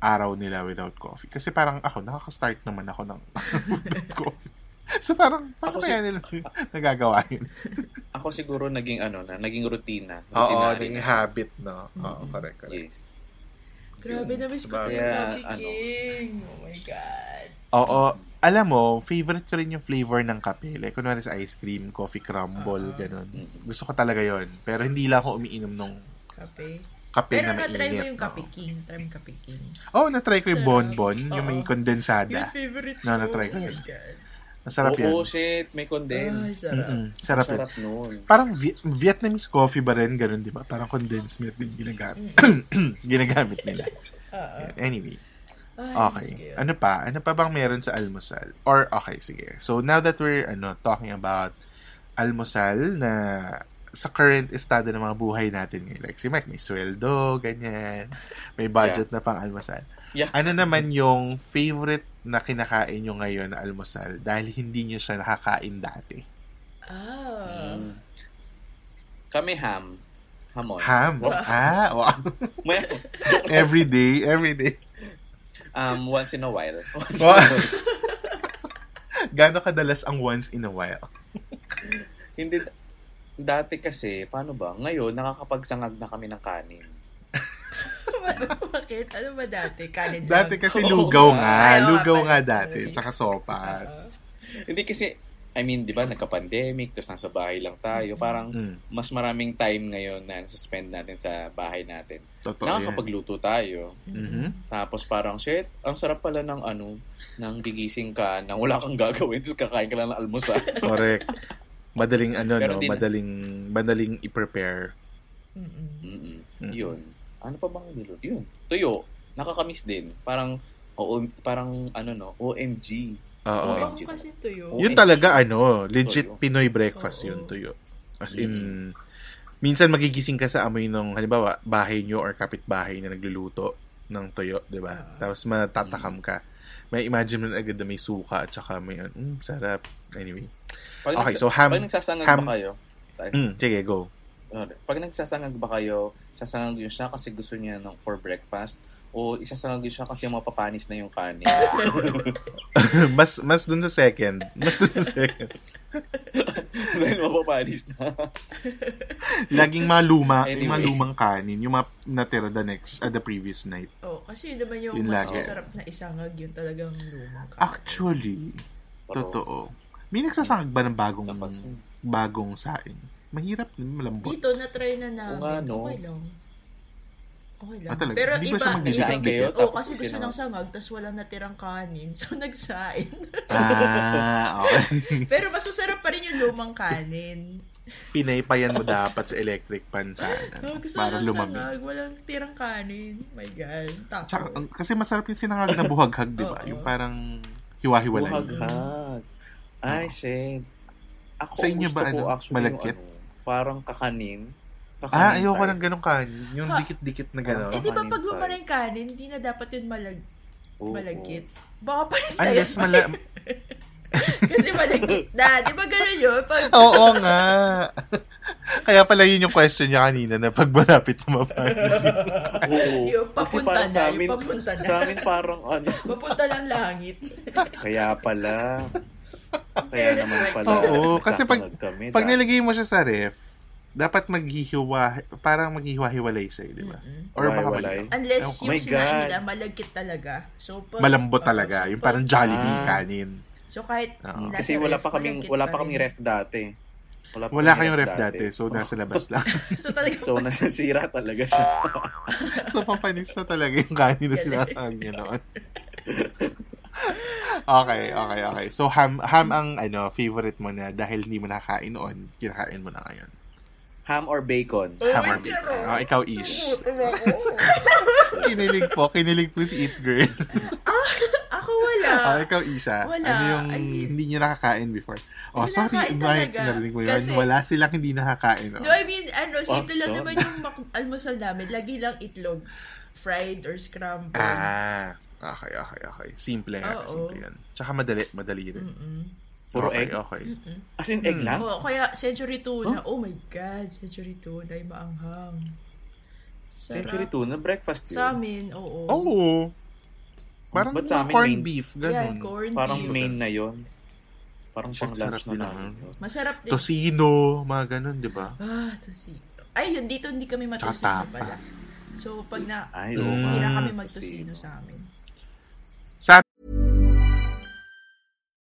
Speaker 1: araw nila without coffee. Kasi parang ako, nakakastart naman ako ng without coffee. So, parang, paano
Speaker 3: Ako si-
Speaker 1: kaya nila nagagawa yun?
Speaker 3: Ako siguro naging ano na, naging rutina.
Speaker 1: Oo,
Speaker 3: Rutinary
Speaker 1: naging
Speaker 3: na siya.
Speaker 1: habit, no? Oo,
Speaker 2: Mm.
Speaker 1: correct, correct.
Speaker 3: Yes.
Speaker 2: Grabe, namiss ko na
Speaker 1: Sabagay.
Speaker 2: Kape
Speaker 3: Kaya, ano.
Speaker 2: King. Oh my God.
Speaker 1: Oo. Alam mo, favorite ko rin yung flavor ng kape. Like, kunwari sa ice cream, coffee
Speaker 3: Ah,
Speaker 1: crumble, ganun. Gusto ko talaga yon Pero hindi lang ako umiinom nung
Speaker 2: Kape.
Speaker 1: kape
Speaker 2: Pero
Speaker 1: na mainit.
Speaker 2: na-try mo yung
Speaker 1: Oo.
Speaker 2: kape king. Try mo kape king.
Speaker 1: Oo, oh, na-try ko yung
Speaker 2: Sarap.
Speaker 1: bonbon, yung may
Speaker 2: Oo. Yung
Speaker 1: kondensada.
Speaker 2: favorite
Speaker 1: No, na-try ko
Speaker 2: Oh my
Speaker 1: yun.
Speaker 2: God.
Speaker 1: Masarap
Speaker 3: Oo,
Speaker 1: yan.
Speaker 3: shit. May
Speaker 2: Ay,
Speaker 3: condense.
Speaker 2: sarap.
Speaker 1: Mm, sarap yun.
Speaker 3: Sarap nun.
Speaker 1: Parang Vi- Vietnamese coffee ba rin, ganun, di ba? Parang condensed milk din ginagamit,
Speaker 2: Mm.
Speaker 1: ginagamit nila.
Speaker 2: Oo.
Speaker 1: Yan. Anyway,
Speaker 2: Ay, sige.
Speaker 1: okay. Ano pa? Ano pa bang meron sa almusal? Or, okay, sige. So, now that we're ano, talking about almusal na sa current estado ng mga buhay natin ngayon. Like si Mike, may sweldo, ganyan. May budget na pang almusal.
Speaker 3: Yeah.
Speaker 1: Ano naman yung favorite na kinakain nyo ngayon na almusal dahil hindi nyo siya nakakain dati?
Speaker 2: Ah.
Speaker 3: Mm. Kami ham. Hamon.
Speaker 1: Ham.
Speaker 3: Wa-
Speaker 1: Ah, wow.
Speaker 3: May-
Speaker 1: every day, every day.
Speaker 3: um, once in a while. Once in a
Speaker 1: Wow.
Speaker 3: while.
Speaker 1: Gano'ng kadalas ang once in a while?
Speaker 3: Hindi, dati kasi, paano ba? Ngayon, nakakapagsangag na kami ng kanin.
Speaker 2: Bakit? Ano ba dati? Kanin lang.
Speaker 1: Dati kasi
Speaker 3: Oo
Speaker 1: lugaw
Speaker 3: nga.
Speaker 1: nga.
Speaker 2: Oh, Ay, oo,
Speaker 1: Lugaw
Speaker 2: pala,
Speaker 1: nga
Speaker 2: sorry.
Speaker 1: dati. Saka sopas.
Speaker 3: Hindi kasi, I mean, di ba, nagka-pandemic, tapos nasa bahay lang tayo. Parang,
Speaker 1: Mm,
Speaker 3: mas maraming time ngayon na spend natin sa bahay natin.
Speaker 1: totoo yan.
Speaker 3: Nakakapagluto tayo.
Speaker 1: Mhm.
Speaker 3: Tapos parang, shit, ang sarap pala ng ano, nang gigising ka, nang wala kang gagawin, tapos kakain ka lang ng almusal.
Speaker 1: Correct. Madaling ano,
Speaker 3: Pero
Speaker 1: no?
Speaker 3: din-
Speaker 1: Madaling, madaling i-prepare.
Speaker 2: Mm-mm.
Speaker 3: Mm-mm.
Speaker 1: Mm.
Speaker 3: Yun. Ano pa bang niluto? Yun. Tuyo. Nakakamiss din. Parang, oo, parang ano no, OMG.
Speaker 1: Oo.
Speaker 3: Oo.
Speaker 2: Ako kasi tuyo.
Speaker 3: Yun
Speaker 1: Yun talaga, ano, legit
Speaker 3: Tuyo.
Speaker 1: Pinoy breakfast
Speaker 2: Oo.
Speaker 1: yun, tuyo. As in,
Speaker 3: Mm-hmm.
Speaker 1: minsan magigising ka sa amoy ng, halimbawa, bahay nyo or kapitbahay na nagluluto ng tuyo, di ba?
Speaker 2: Ah.
Speaker 1: Tapos matatakam
Speaker 3: Mm-hmm.
Speaker 1: ka. May imagine mo na agad na may suka at saka may, ano, mm, sarap. Anyway.
Speaker 3: Pag
Speaker 1: Okay,
Speaker 3: nagsa-
Speaker 1: so ham-
Speaker 3: Pag nagsasangag
Speaker 1: ham-
Speaker 3: ba kayo? Sorry.
Speaker 1: Mm, sige, go.
Speaker 3: Ano, Pag nagsasangag ba kayo, sasangag yun siya kasi gusto niya ng for breakfast o isasangag yun siya kasi mapapanis na yung kanin.
Speaker 1: mas mas dun sa second. Mas dun sa second.
Speaker 3: Dahil mapapanis na.
Speaker 1: Laging maluma,
Speaker 3: Anyway.
Speaker 1: yung malumang kanin, yung mga natira the next, uh, the previous night.
Speaker 2: Oh, kasi yun naman yung
Speaker 1: Yun
Speaker 2: mas
Speaker 1: lagi.
Speaker 2: masarap na isangag yun talagang lumang kanin.
Speaker 1: Actually, totoo. May nagsasangag ba ng bagong,
Speaker 3: Sa pas-
Speaker 1: bagong sain? Mahirap, malambot.
Speaker 2: Dito, na-try na namin.
Speaker 3: Oo nga, no?
Speaker 2: Okay lang. Okay lang.
Speaker 1: Ah, talaga?
Speaker 2: Pero
Speaker 1: Hindi ba
Speaker 2: iba,
Speaker 1: siya magdidikit?
Speaker 3: Isain kayo,
Speaker 2: Oo,
Speaker 3: tapos
Speaker 2: kasi gusto
Speaker 3: isinangag.
Speaker 2: ng sangag, tapos walang natirang kanin. So, nagsain.
Speaker 1: Ah, okay.
Speaker 2: Pero mas masarap pa rin yung lumang kanin.
Speaker 1: Pinaypayan mo dapat sa electric pan sana.
Speaker 2: Oh, gusto
Speaker 1: para
Speaker 2: Para ng
Speaker 1: lumamig.
Speaker 2: sangag, walang tirang kanin. My God. Tako.
Speaker 1: Tsaka, ang- kasi masarap yung sinangag na buhaghag, di ba?
Speaker 2: Oo.
Speaker 1: Yung parang hiwa-hiwalay.
Speaker 3: Buhaghag. Ay, shit. Ako
Speaker 1: Sa inyo
Speaker 3: gusto
Speaker 1: ba,
Speaker 3: ko
Speaker 1: ano,
Speaker 3: actually
Speaker 1: malagkit?
Speaker 3: yung ano, parang kakanin. Kakanin
Speaker 1: Ah, ayoko
Speaker 3: type.
Speaker 1: ng ganong kanin. Yung
Speaker 2: Ha.
Speaker 1: dikit-dikit na gano'n.
Speaker 2: Eh, di ba pag
Speaker 3: kanin pa
Speaker 2: lumala yung kanin, hindi na dapat yun malag
Speaker 3: Oo.
Speaker 2: malagkit? Baka pa rin sa'yo.
Speaker 1: Unless mala...
Speaker 2: kasi malagkit na. Di ba ganun yun? Pag,
Speaker 1: Oo nga. Kaya pala yun yung question niya kanina na pag malapit na mapanis yun.
Speaker 3: Oo.
Speaker 2: Yung
Speaker 3: Kasi
Speaker 2: papunta
Speaker 3: parang
Speaker 2: na,
Speaker 3: sa
Speaker 2: yung
Speaker 3: amin,
Speaker 2: papunta na.
Speaker 3: sa amin parang ano.
Speaker 2: Mapunta ng langit.
Speaker 3: Kaya pala. Kaya
Speaker 2: Fairness
Speaker 3: naman
Speaker 2: right.
Speaker 3: pala.
Speaker 1: Oo, kasi pag,
Speaker 3: nagsasangag kami,
Speaker 1: pag
Speaker 3: dahil-
Speaker 1: nilagay mo siya sa ref, dapat maghihiwa, parang maghihiwa-hiwalay siya, eh, di ba?
Speaker 2: Mm.
Speaker 1: Or baka
Speaker 3: Walay-walay.
Speaker 1: mali-
Speaker 2: Unless
Speaker 1: Oh
Speaker 2: yung
Speaker 3: my
Speaker 2: sinain
Speaker 3: God.
Speaker 2: nila, malagkit talaga. So, pag,
Speaker 1: malambot
Speaker 2: Oo,
Speaker 1: talaga.
Speaker 2: so
Speaker 1: Yung
Speaker 2: pag-
Speaker 1: parang Jollibee
Speaker 3: Ah.
Speaker 1: kanin.
Speaker 2: So, kahit
Speaker 1: Oo.
Speaker 2: nasa
Speaker 3: Kasi wala
Speaker 2: ref,
Speaker 3: pa kaming
Speaker 2: malagkit
Speaker 3: wala pa
Speaker 2: rin.
Speaker 3: kaming ref dati. pa
Speaker 1: Wala
Speaker 3: kaming
Speaker 1: kayong ref dati, so nasa labas lang.
Speaker 2: so, talaga,
Speaker 3: So nasasira talaga siya.
Speaker 1: so papanis na talaga yung kanin na sinasahag niya noon. okay, okay, okay. So ham ham ang ano favorite mo na dahil hindi mo nakakain noon, kinakain mo na ngayon.
Speaker 3: Ham or bacon?
Speaker 2: Oh,
Speaker 1: Hammer
Speaker 2: Charo.
Speaker 1: beat. Ah, ikaw ish.
Speaker 2: Nagutom ako.
Speaker 1: kinilig po, kinilig po si Eat Girl.
Speaker 2: Ako wala.
Speaker 1: Ah, ikaw Isha.
Speaker 2: Wala,
Speaker 1: Ano yung
Speaker 2: I mean-
Speaker 1: hindi nyo nakakain before? Oh,
Speaker 2: Kasi
Speaker 1: sorry,
Speaker 2: nakakain
Speaker 1: Mike,
Speaker 2: talaga.
Speaker 1: narinig mo yun.
Speaker 2: Kasi-
Speaker 1: Wala silang hindi nakakain. Oh.
Speaker 2: No, I mean, ano, simple lang
Speaker 3: no?
Speaker 2: naman yung mak- almusal namin. Lagi lang itlog. Fried or scrambled.
Speaker 1: Ah, okay, okay, okay. Simple nga,
Speaker 2: Oo. Mm.
Speaker 1: simple yan. Tsaka madali, madali rin.
Speaker 2: Mm-mm.
Speaker 3: Puro
Speaker 1: okay,
Speaker 3: egg?
Speaker 1: okay.
Speaker 3: As in, egg lang?
Speaker 2: Oh, kaya century tuna. Oh my God, century tuna. Yung maanghang. Sarap.
Speaker 3: Century tuna, breakfast yun.
Speaker 2: Sa amin, oo.
Speaker 1: Oo. Parang
Speaker 3: Ba't sa amin
Speaker 1: corned
Speaker 3: main-
Speaker 1: beef,
Speaker 2: Yan,
Speaker 1: Oh, ganun.
Speaker 2: corn
Speaker 3: Parang
Speaker 2: beef.
Speaker 3: main na yon. Parang
Speaker 1: Shit,
Speaker 3: pang
Speaker 1: sarap
Speaker 3: lunch na
Speaker 1: din
Speaker 3: namin.
Speaker 1: ah.
Speaker 3: yun.
Speaker 2: Masarap din.
Speaker 1: Tosino, mga ganun, di ba?
Speaker 2: Ah, tosino. Ay, yun, dito hindi kami matusino
Speaker 1: Tsaka tapa.
Speaker 2: pala. So, pag na,
Speaker 3: Ay, oo
Speaker 1: Mm.
Speaker 3: nga.
Speaker 2: hindi na kami
Speaker 3: Tosino.
Speaker 2: magtusino sa amin.
Speaker 1: Sa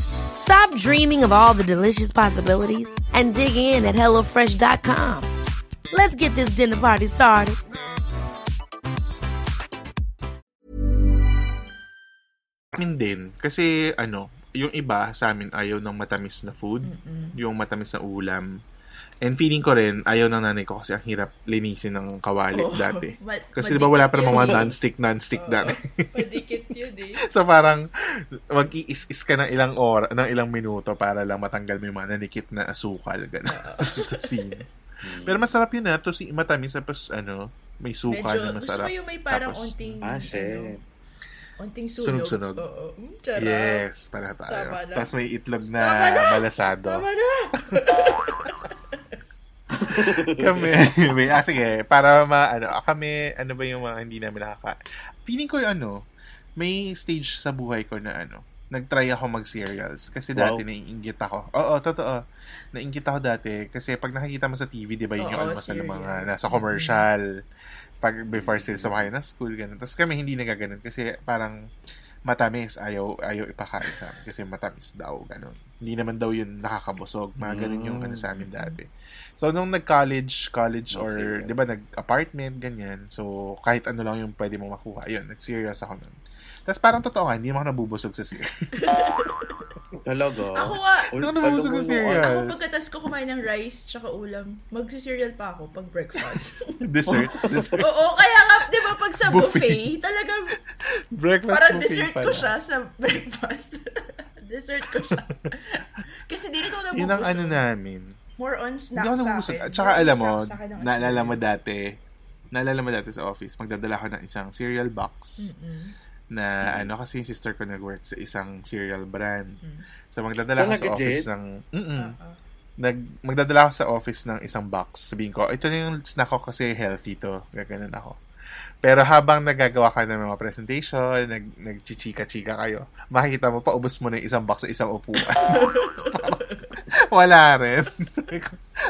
Speaker 4: Stop dreaming of all the delicious possibilities and dig in at HelloFresh.com. Let's get this dinner party started.
Speaker 1: amin din. Kasi, ano, yung iba sa amin ayaw ng matamis na food, yung matamis na ulam. And feeling ko rin, ayaw ng nanay ko kasi ang hirap linisin ng kawali
Speaker 2: Oo.
Speaker 1: dati.
Speaker 2: Mal-
Speaker 1: Kasi di ba wala
Speaker 2: Oh,
Speaker 1: pa
Speaker 2: maliit Oh.
Speaker 1: namang mga
Speaker 2: yun.
Speaker 1: non-stick, non-stick dati.
Speaker 2: Padikit yun eh.
Speaker 1: so parang, mag-iis-is ka ng ilang or ng ilang minuto para lang matanggal mo yung mga nanikit na asukal. Gano'n. Tosino. Pero masarap yun na, to si matamis tapos ano, may suka
Speaker 2: Medyo,
Speaker 1: na
Speaker 2: gusto
Speaker 1: masarap.
Speaker 2: ko yung may parang
Speaker 1: Tapos,
Speaker 2: unting,
Speaker 3: Ah,
Speaker 2: ano,
Speaker 3: shit.
Speaker 2: unting sunog.
Speaker 1: Sunog-sunog.
Speaker 2: Oo. Mm, charot.
Speaker 1: Yes, para tayo.
Speaker 2: Tama na.
Speaker 1: Tapos may itlog na
Speaker 2: Tama na!
Speaker 1: malasado.
Speaker 2: Tama na!
Speaker 1: kami, may, ah, sige, para ma, ano, ah, kami, ano ba yung mga hindi namin nakaka... Feeling ko, ano, may stage sa buhay ko na, ano, nagtry ako mag-serials. Kasi
Speaker 3: Wow.
Speaker 1: dati naiingit ako. Oo, totoo. Naiingit ako dati. Kasi pag nakikita mo sa TV, di ba, yun yung
Speaker 2: Oo,
Speaker 1: almasal ng mga
Speaker 2: serial.
Speaker 1: nasa commercial. Pag before sila sumakay ng school, ganun. Tapos kami hindi nagaganon kasi parang matamis. Ayaw, ayaw ipakain sa amin kasi matamis daw, ganun. Hindi naman daw yun nakakabusog. Mga ganun yung ano sa amin dati. So, nung nag-college, college
Speaker 3: Oh,
Speaker 1: or,
Speaker 3: serial.
Speaker 1: di ba, nag-apartment, ganyan. So, kahit ano lang yung pwede mong makuha. Yun, nag-serious ako nun. Tapos parang totoo nga, hindi naman ako nabubusog sa serious.
Speaker 3: Talaga. ano?
Speaker 2: Ako ah. nga,
Speaker 1: Hindi ako nabubusog sa serious.
Speaker 2: ako pagkatas ko kumain ng rice tsaka ulam, magsi-cereal pa ako pag breakfast.
Speaker 1: Dessert. dessert.
Speaker 2: Oo, kaya nga, di ba pag sa
Speaker 1: Buffet.
Speaker 2: buffet, talagang
Speaker 1: Breakfast
Speaker 2: parang
Speaker 1: buffet
Speaker 2: dessert ko
Speaker 1: pala.
Speaker 2: siya sa breakfast. dessert ko siya. Kasi di rin ako nabubusog.
Speaker 1: Yun ang ano namin.
Speaker 2: More on snack
Speaker 1: Hindi ako
Speaker 2: sa
Speaker 1: nabubusog.
Speaker 2: akin.
Speaker 1: At saka
Speaker 2: More on
Speaker 1: alam
Speaker 2: snack
Speaker 1: mo,
Speaker 2: sa akin ang
Speaker 1: naalala mo
Speaker 2: cereal.
Speaker 1: dati, naalala mo dati sa office, magdadala ako ng isang cereal box na ano kasi yung sister ko nag-work sa isang cereal brand.
Speaker 2: Mm.
Speaker 1: So magdadala ako
Speaker 3: Talaga,
Speaker 1: sa office
Speaker 3: Jed?
Speaker 1: ng mm nag magdadala ako sa office ng isang box. Sabihin ko, ito na yung snack ko kasi healthy to. Gaganon ako. Pero habang nagagawa ka ng mga presentation, nag, nagchichika-chika kayo, makikita mo, paubos mo na yung isang box sa isang upuan. So, parang, wala rin.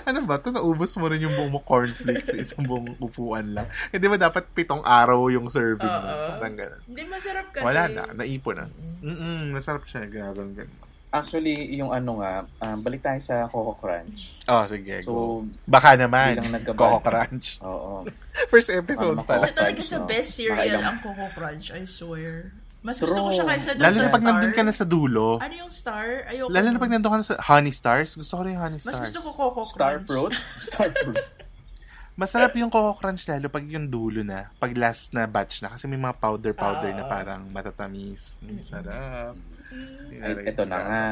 Speaker 1: ano ba? Ito, naubos mo rin yung buong mo cornflakes sa isang buong upuan lang. Hindi ba dapat pitong araw yung serving mo?
Speaker 2: Oo.
Speaker 1: Parang ganun.
Speaker 2: Hindi, masarap kasi.
Speaker 1: Wala na. Naipon na. Mm-mm, masarap siya. Gagawin ganun.
Speaker 3: Actually, yung ano nga, um, balik tayo sa Coco Crunch.
Speaker 1: Oh, sige. go.
Speaker 3: So,
Speaker 1: Baka naman.
Speaker 3: bilang
Speaker 1: Coco
Speaker 3: nagkabal-
Speaker 1: Crunch.
Speaker 3: oo.
Speaker 1: First episode
Speaker 3: Parang
Speaker 1: pa.
Speaker 3: mako-
Speaker 2: Kasi talaga
Speaker 3: Crunch,
Speaker 2: sa
Speaker 3: no?
Speaker 2: best cereal
Speaker 3: Nakailang-
Speaker 2: ang Coco Crunch, I swear. Mas
Speaker 3: True.
Speaker 2: gusto ko siya kaysa doon
Speaker 1: Lalo
Speaker 2: sa
Speaker 1: na pag
Speaker 2: Star.
Speaker 1: nandun ka na sa dulo.
Speaker 2: Ano yung Star? Ayoko.
Speaker 1: Lalo na
Speaker 2: nun.
Speaker 1: pag nandun ka na sa Honey Stars. Gusto ko rin yung Honey
Speaker 2: Mas
Speaker 1: Stars.
Speaker 2: gusto ko Coco Crunch.
Speaker 3: Star fruit? Star fruit.
Speaker 1: Masarap
Speaker 2: Eh.
Speaker 1: yung Coco Crunch lalo pag yung dulo na. Pag last na batch na. Kasi may mga powder-powder
Speaker 2: Ah.
Speaker 1: na parang matatamis. Mm, sarap.
Speaker 3: Ay, eto na nga.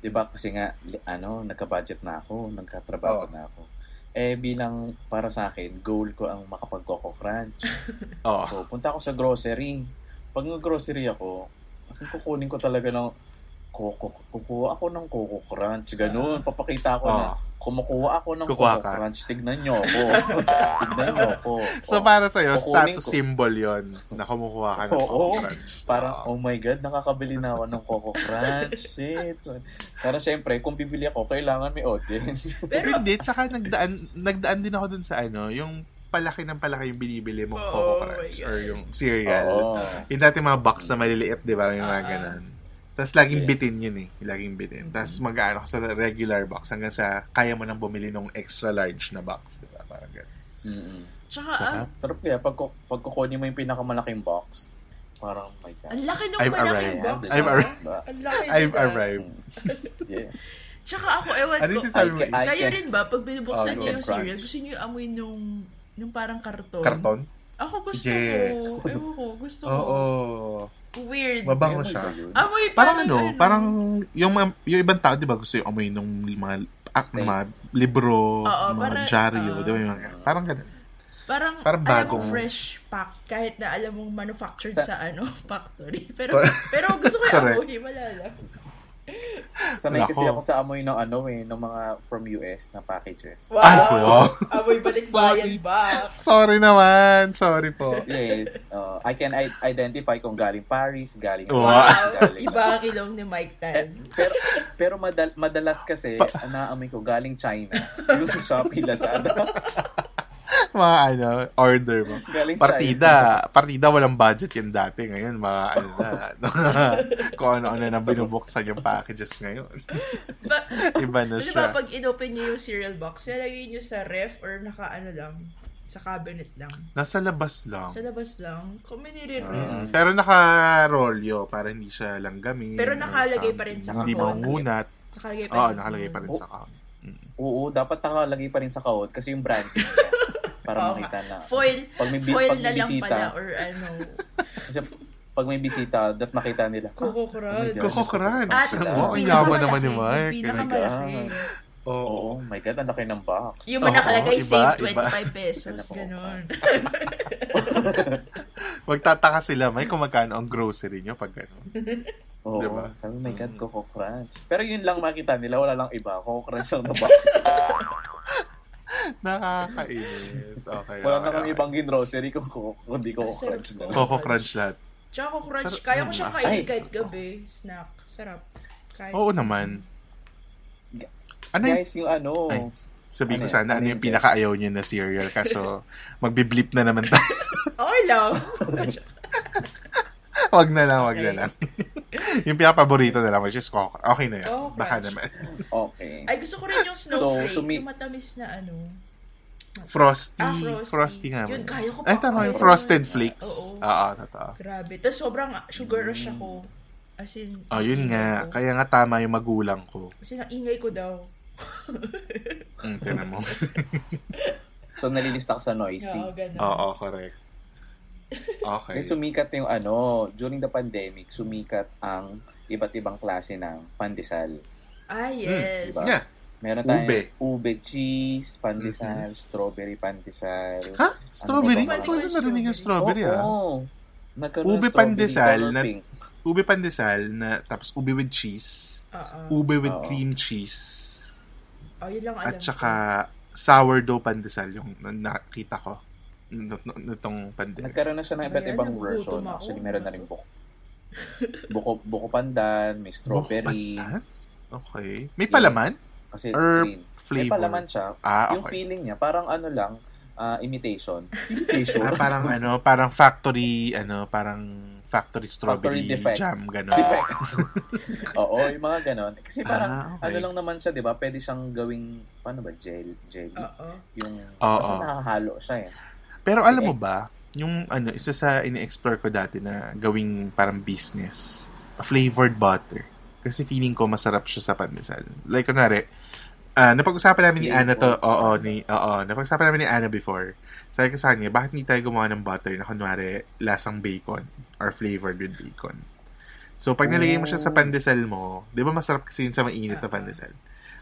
Speaker 3: Di ba kasi nga, li- ano, nagka-budget na ako, nagkatrabaho
Speaker 1: Oo.
Speaker 3: na ako. Eh, bilang para sa akin, goal ko ang makapag-coco crunch.
Speaker 1: Oo.
Speaker 3: So, punta ako sa grocery. Pag nag-grocery ako, kasi kukunin ko talaga ng coco, kukuha ako ng coco crunch. Ganun, papakita ko na,
Speaker 1: Oo.
Speaker 3: kumukuha ako ng
Speaker 1: Kukuha
Speaker 3: coco
Speaker 1: ka.
Speaker 3: crunch. Tignan nyo ako. Tignan nyo ako.
Speaker 1: So,
Speaker 3: Oo.
Speaker 1: para sa'yo,
Speaker 3: Kukunin
Speaker 1: status
Speaker 3: ko.
Speaker 1: symbol yon na kumukuha ka ng
Speaker 3: Oo.
Speaker 1: Coco Crunch.
Speaker 3: Parang, oh my God, nakakabili na ako ng Coco Crunch. Shit. Pero syempre, kung bibili ako, kailangan may audience.
Speaker 1: Pero
Speaker 2: Pero,
Speaker 1: hindi, tsaka nagdaan, nagdaan din ako dun sa ano, yung palaki ng palaki yung binibili mong
Speaker 2: Oo,
Speaker 1: Coco
Speaker 2: Oh my
Speaker 1: Crunch
Speaker 2: God.
Speaker 1: or yung cereal.
Speaker 3: Oo.
Speaker 1: Yung dati mga box na maliliit, di ba? Yung mga
Speaker 2: Ah.
Speaker 1: ganun. Tapos laging
Speaker 3: Yes.
Speaker 1: bitin yun eh. Laging bitin. Tapos mag-ano ka sa regular box hanggang sa kaya mo nang bumili ng extra large na box. Di ba? Parang ganun.
Speaker 3: Mm-mm.
Speaker 2: tsaka ang,
Speaker 1: Sarap.
Speaker 3: Sarap kaya, pag, ku- pag kukunin mo yung pinakamalaking box, parang, oh my God.
Speaker 2: ang laki nung
Speaker 1: I've
Speaker 2: malaking
Speaker 1: arrived.
Speaker 2: Ano box.
Speaker 1: I've
Speaker 2: ah.
Speaker 1: arrived.
Speaker 3: Diba?
Speaker 2: Ang laki
Speaker 1: I've
Speaker 2: diba?
Speaker 1: arrived.
Speaker 3: Yes.
Speaker 2: Tsaka ako, ewan
Speaker 1: Ano
Speaker 2: ko.
Speaker 1: yung sinasabi mo?
Speaker 3: I can-
Speaker 1: eh?
Speaker 3: I-
Speaker 2: Kayo rin ba, pag binubuksan
Speaker 1: Oh,
Speaker 2: niyo
Speaker 1: go.
Speaker 2: yung
Speaker 3: Crunch.
Speaker 2: cereal, gusto niyo yung amoy nung, nung parang karton?
Speaker 1: Karton?
Speaker 2: Oo, Ako gusto
Speaker 1: Yes.
Speaker 2: ko. Ewan ko, gusto
Speaker 1: Oo.
Speaker 2: ko. Weird.
Speaker 1: Mabango siya.
Speaker 3: diba
Speaker 2: Amoy
Speaker 1: Parang ano, parang yung, mga- yung ibang tao, di ba, gusto yung amoy nung mga, ah,
Speaker 3: Snakes.
Speaker 1: mga libro,
Speaker 2: Oo,
Speaker 1: mga
Speaker 2: parang-
Speaker 1: dyaryo,
Speaker 2: oo.
Speaker 1: di ba, yung mga, parang ganun.
Speaker 2: Parang,
Speaker 1: Parang bagong-
Speaker 2: alam mong fresh pack. Kahit na alam mong manufactured sa, ano, factory. Pero pero gusto ko yung
Speaker 1: Correct.
Speaker 2: amoy. Wala lang.
Speaker 3: Sanay kasi
Speaker 1: Nako.
Speaker 3: ako sa amoy ng ano eh, ng mga from US na packages.
Speaker 2: Wow!
Speaker 1: Ay, kuya.
Speaker 2: Amoy balikbayan ba?
Speaker 1: Sorry naman, sorry po.
Speaker 3: Yes. Uh, I can i- identify kung galing Paris, galing
Speaker 1: Wow.
Speaker 3: France,
Speaker 2: Wow!
Speaker 3: galing...
Speaker 2: Iba ang kilong ni Mike Tan.
Speaker 3: Pero, pero madal- madalas kasi, ang naamoy ko galing China. Yung Shopee, Lazada.
Speaker 1: Mga ano, order mo.
Speaker 3: Galing
Speaker 1: Partida, partida walang budget yan dati. Ngayon, mga ano na, kung ano-ano na binubuksan yung packages ngayon.
Speaker 2: Ba-
Speaker 1: Iba na
Speaker 2: Di ba
Speaker 1: Ano siya.
Speaker 2: pag inopen niyo yung cereal box, nilagay niyo sa ref or naka ano lang, sa cabinet lang.
Speaker 1: Nasa labas lang.
Speaker 2: Sa labas lang, kung minire
Speaker 1: Mm. Pero naka-rolyo para hindi siya langgamin.
Speaker 2: Pero
Speaker 1: or
Speaker 2: nakalagay pa rin sa
Speaker 1: something. Hindi
Speaker 2: kahon.
Speaker 1: mangunat.
Speaker 2: Nakalagay pa
Speaker 1: Oo,
Speaker 2: sa-
Speaker 1: Ah, nakalagay pa rin
Speaker 3: Oh.
Speaker 1: sa kahon.
Speaker 3: Oo, dapat nakalagay pa rin sa kahon kasi yung branding niya. Para
Speaker 2: Oo
Speaker 3: makita
Speaker 2: nga.
Speaker 3: na.
Speaker 2: Foil,
Speaker 3: Pag may bi-
Speaker 2: foil
Speaker 3: pag
Speaker 2: na
Speaker 3: may
Speaker 2: lang
Speaker 3: bisita.
Speaker 2: pala or ano,
Speaker 3: Kasi pag may bisita, dapat makita nila.
Speaker 2: Coco Crunch.
Speaker 3: Yes.
Speaker 1: Coco Crunch.
Speaker 3: At-
Speaker 1: Ang
Speaker 2: yung
Speaker 1: yawa naman ni Mike.
Speaker 2: pinakamalaki,
Speaker 1: oh
Speaker 2: yung Pinakamalaki.
Speaker 1: Oo.
Speaker 3: Oo, oh my God, ang laki ng box.
Speaker 2: Yung
Speaker 1: Oo,
Speaker 2: nakalagay
Speaker 1: iba,
Speaker 2: save
Speaker 1: iba.
Speaker 2: 25 pesos,
Speaker 3: Alam ko.
Speaker 2: ganun.
Speaker 1: Magtataka sila, may kung magkano ang grocery nyo pag gano'n.
Speaker 3: Oo,
Speaker 1: Diba?
Speaker 3: sabi, my God, Coco Crunch. Pero yun lang makita nila, wala lang iba. Coco Crunch lang na box.
Speaker 1: Nakakainis. Okay.
Speaker 3: Wala
Speaker 1: okay,
Speaker 3: na kami
Speaker 1: okay.
Speaker 3: ibang grocery kung Coco, kundi Coco Crunch na. lang.
Speaker 1: Coco Crunch lahat.
Speaker 2: Tsaka Coco Crunch,
Speaker 1: Sarap
Speaker 2: kaya ko
Speaker 1: yun,
Speaker 2: siyang
Speaker 1: ah.
Speaker 2: kainin
Speaker 3: Ay.
Speaker 2: kahit gabi. Snack. Sarap. Kahit.
Speaker 1: Oo naman. Ano yung,
Speaker 3: Guys, yung ano,
Speaker 1: Ay. sabihin ko
Speaker 3: ano yun?
Speaker 1: sana,
Speaker 3: Ano
Speaker 1: ano
Speaker 3: yun,
Speaker 1: yung
Speaker 3: Jeff?
Speaker 1: pinaka-ayaw nyo na cereal kaso magbiblip na naman tayo.
Speaker 2: Oh, love.
Speaker 1: wag na lang, wag na
Speaker 2: Okay.
Speaker 1: lang. yung pinaka-paborito na lang, which is Coco. Okay na yun.
Speaker 2: Coco
Speaker 1: Baka
Speaker 2: Crunch.
Speaker 1: naman.
Speaker 3: okay.
Speaker 2: Ay, gusto ko rin yung snowflake.
Speaker 3: sumi-
Speaker 2: yung matamis na ano.
Speaker 1: Frosty.
Speaker 2: Ah,
Speaker 1: frosty.
Speaker 2: Frosty.
Speaker 1: nga.
Speaker 2: Yun,
Speaker 1: man.
Speaker 2: kaya ko
Speaker 1: Ay,
Speaker 2: pa-
Speaker 1: tama yung
Speaker 2: kaya ko
Speaker 1: Frosted
Speaker 2: yun.
Speaker 1: Flakes.
Speaker 2: Oo.
Speaker 1: Oo, totoo.
Speaker 2: Grabe. Tapos sobrang sugar rush ako. As in,
Speaker 1: Oh, yun
Speaker 2: ang
Speaker 1: nga.
Speaker 2: ingay ko.
Speaker 1: Kaya nga tama yung magulang ko.
Speaker 2: As in, ang ingay ko daw.
Speaker 1: Mm, tinan mo.
Speaker 3: So, nalilista ko sa noisy.
Speaker 2: Oo, ganun.
Speaker 1: Oo, correct. Okay.
Speaker 3: May sumikat na yung ano, during the pandemic, sumikat ang iba't ibang klase ng pandesal.
Speaker 2: Ah, yes.
Speaker 3: diba?
Speaker 1: Hmm, Yeah.
Speaker 3: Meron tayong
Speaker 1: Ube. Mm-hmm.
Speaker 3: ube, cheese, pandesal, strawberry pandesal.
Speaker 1: Ha? Strawberry?
Speaker 3: Ano ba?
Speaker 1: Ano ko na narinig yung strawberry, ah.
Speaker 3: Oo. Nagkaroon ng
Speaker 1: Ube
Speaker 3: strawberry
Speaker 1: pandesal
Speaker 3: color
Speaker 1: na-
Speaker 3: pink.
Speaker 1: Ube pandesal, na, tapos ube with cheese,
Speaker 2: Oo.
Speaker 1: ube with
Speaker 3: Oo.
Speaker 1: cream cheese,
Speaker 2: Oh, yun lang alam
Speaker 1: at saka sourdough pandesal yung na- nakita ko n- n- n- nitong pandemic.
Speaker 3: Nagkaroon na siya ng iba't
Speaker 2: Ayan,
Speaker 3: ibang
Speaker 2: nagugutom
Speaker 3: version.
Speaker 2: ako.
Speaker 3: Actually, meron na rin buko. Buko, buko pandan, may strawberry.
Speaker 1: Buko pandan? Oh, Okay. May palaman?
Speaker 3: Yes. Kasi
Speaker 1: Or
Speaker 3: green. May
Speaker 1: flavor?
Speaker 3: palaman siya.
Speaker 1: Ah,
Speaker 3: Yung
Speaker 1: okay.
Speaker 3: feeling niya, parang ano lang, ah, imitation. Imitation?
Speaker 1: Ah, parang ano, parang factory, ano, parang factory strawberry
Speaker 3: defect.
Speaker 1: jam, gano'n.
Speaker 3: Defect. Oo, yung mga ganon. Kasi
Speaker 1: Ah,
Speaker 3: parang,
Speaker 1: okay.
Speaker 3: ano lang naman siya, di ba? Pwede siyang gawing, paano ba, gel, jelly?
Speaker 2: Oo.
Speaker 3: Yung,
Speaker 1: Oo.
Speaker 3: basta nakahalo siya eh.
Speaker 1: Pero alam mo ba, yung ano, isa sa ini-explore ko dati na gawing parang business, flavored butter. Kasi feeling ko masarap siya sa pandesal. Like kunwari, ah, napag-usapan namin ni Ana to,
Speaker 3: Flavored
Speaker 1: oo, ni, oo, napag-usapan namin ni Ana before. Sabi ko sa kanya, bakit hindi tayo gumawa ng butter na kunwari lasang bacon or flavored with bacon? So, pag nilagay mo siya sa
Speaker 3: Oh.
Speaker 1: pandesal mo, di ba masarap kasi yun sa mainit na
Speaker 2: Ah.
Speaker 1: pandesal?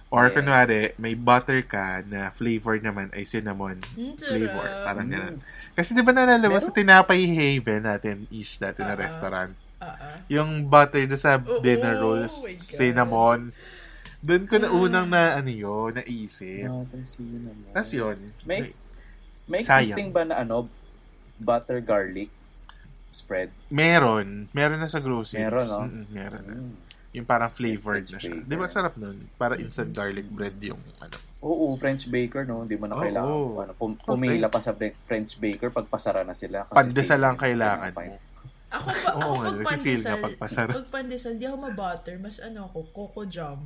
Speaker 1: Or
Speaker 3: Yes.
Speaker 1: kunwari, may butter ka na flavored naman ay cinnamon
Speaker 2: Hmm,
Speaker 1: flavor.
Speaker 2: sarap.
Speaker 1: Parang
Speaker 3: Mm.
Speaker 1: ganun. Kasi di ba naalala mo
Speaker 3: Meron?
Speaker 1: sa Tinapay Haven natin, ish dati na
Speaker 2: Ah, ah.
Speaker 1: restaurant,
Speaker 2: Oo.
Speaker 1: yung butter na sa
Speaker 2: Oo, oh
Speaker 1: dinner rolls,
Speaker 2: my God. Mm.
Speaker 1: cinnamon, doon ko na unang na ano yun, naisip.
Speaker 3: No, tapos yun Ah, naman.
Speaker 1: Tapos yun.
Speaker 3: Mm. May, may
Speaker 1: Sayang.
Speaker 3: existing ba na ano, butter garlic spread?
Speaker 1: Meron. Meron na sa groceries.
Speaker 3: Meron, no?
Speaker 1: Mm, meron na.
Speaker 3: Mm.
Speaker 1: Yung parang flavored
Speaker 3: French
Speaker 1: na siya.
Speaker 3: flavor.
Speaker 1: Di ba sarap nun? Para instant garlic bread yung ano.
Speaker 3: Oo, French baker, no? Hindi mo na
Speaker 1: Oo.
Speaker 3: kailangan. Ano, pum- pumila pa sa be- French baker pagpasara na sila.
Speaker 1: Oh, Pandesal
Speaker 3: safety
Speaker 1: lang
Speaker 3: na
Speaker 1: kailangan
Speaker 3: pa yun.
Speaker 2: Ako
Speaker 1: Oo
Speaker 2: pa, ako
Speaker 1: nga,
Speaker 2: pag
Speaker 1: nagsisil
Speaker 2: pandesal,
Speaker 1: nga pagpasarap.
Speaker 2: pag pandesal, di ako ma-butter. Mas ano ako, coco jam.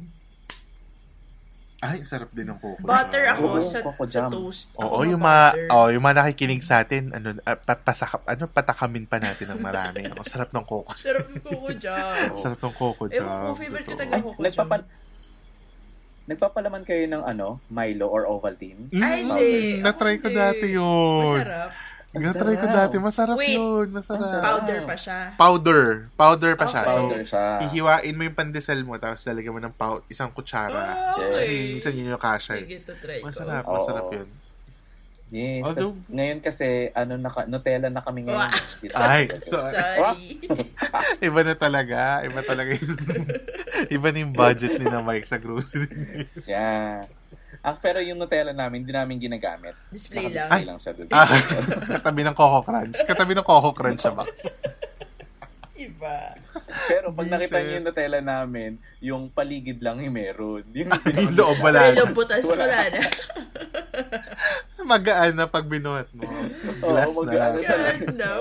Speaker 1: Ay, sarap din ng coco.
Speaker 2: Butter ako
Speaker 3: Oo,
Speaker 2: sa,
Speaker 3: coco
Speaker 2: sa
Speaker 3: jam.
Speaker 2: toast.
Speaker 1: Oo,
Speaker 2: Ako
Speaker 1: yung mga,
Speaker 2: ma-butter.
Speaker 1: oh, yung mga nakikinig sa atin, ano, ah, pat- pasakap, ano, patakamin pa natin ng marami. Ang sarap ng coco.
Speaker 2: Sarap yung coco jam.
Speaker 1: Sarap ng coco jam.
Speaker 2: Ewan ko, favorite ko
Speaker 1: Totoo.
Speaker 2: talaga
Speaker 3: Ay,
Speaker 2: coco jam.
Speaker 3: nagpapal... Nagpapalaman kayo ng ano, Milo or Ovaltine?
Speaker 1: Mm,
Speaker 2: Ay, hindi.
Speaker 1: Natry ko
Speaker 2: Ako hindi.
Speaker 1: dati yun.
Speaker 2: Masarap.
Speaker 1: Ginatry ko dati. Masarap
Speaker 2: Wait.
Speaker 1: yun. Masarap.
Speaker 2: Powder pa siya.
Speaker 1: Powder. Powder pa siya.
Speaker 2: Okay.
Speaker 1: So,
Speaker 2: Powder
Speaker 3: siya.
Speaker 1: hihiwain mo yung pandesal mo tapos lalagyan mo ng pow- isang kutsara. Kasi
Speaker 2: Ah, Okay.
Speaker 1: minsan yun yung kasha. eh.
Speaker 2: Sige, to try ko.
Speaker 1: Masarap.
Speaker 3: Oo.
Speaker 1: Masarap yun.
Speaker 3: Yes.
Speaker 1: Although-
Speaker 3: tas ngayon kasi, ano, naka, Nutella na kami ngayon.
Speaker 1: Ay, so,
Speaker 2: Sorry.
Speaker 1: iba na talaga. Iba talaga yung... iba na yung budget ni na Mike sa grocery.
Speaker 3: Yeah. Ah, pero yung Nutella namin, hindi namin ginagamit.
Speaker 2: Display lang.
Speaker 3: Nakadisplay lang siya dun.
Speaker 1: ah, katabi ng Coco Crunch. Katabi ng Coco Crunch siya, Max.
Speaker 2: Iba.
Speaker 3: Pero pag nakita
Speaker 1: Vincent.
Speaker 3: niyo yung Nutella namin, yung paligid lang yung meron. Yung
Speaker 1: Yung loob wala
Speaker 2: Wala
Speaker 1: na.
Speaker 2: yung butas,
Speaker 3: Wala.
Speaker 2: wala na.
Speaker 1: Magaan na pag binuhat mo. Glass
Speaker 3: Oo,
Speaker 1: na
Speaker 3: magaan
Speaker 1: lang
Speaker 3: na
Speaker 1: siya.
Speaker 3: talaga.
Speaker 2: God, no.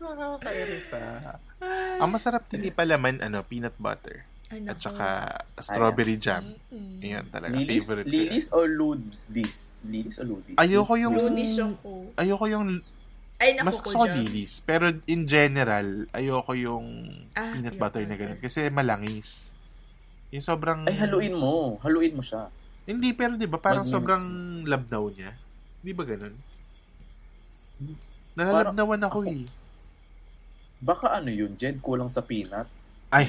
Speaker 1: Nakakairita. Ang masarap din ipalaman, ano, peanut butter.
Speaker 2: Ay,
Speaker 1: At
Speaker 2: naku.
Speaker 1: saka strawberry jam. Ayan talaga.
Speaker 3: Mm-hmm. Lilis,
Speaker 1: favorite ko yan.
Speaker 3: Lilis or Ludis? Lilis or Ludis?
Speaker 1: Ayoko yung...
Speaker 2: Lunis ako.
Speaker 1: Ayoko yung...
Speaker 2: Ay, naku
Speaker 1: Mas
Speaker 2: ko
Speaker 1: gusto ko lilis. Pero in general, ayoko yung
Speaker 2: Ah,
Speaker 1: peanut
Speaker 2: peanut
Speaker 1: butter na ganun. Kasi malangis. Yung sobrang...
Speaker 3: Ay, haluin mo. Haluin mo siya.
Speaker 1: Hindi, pero di ba parang
Speaker 3: Mag-mix.
Speaker 1: sobrang labdaw niya? Di ba ganun? Nalalabdawan ako
Speaker 3: ako-
Speaker 1: eh.
Speaker 3: Baka ano yun, Jed, kulang sa peanut.
Speaker 1: Ay,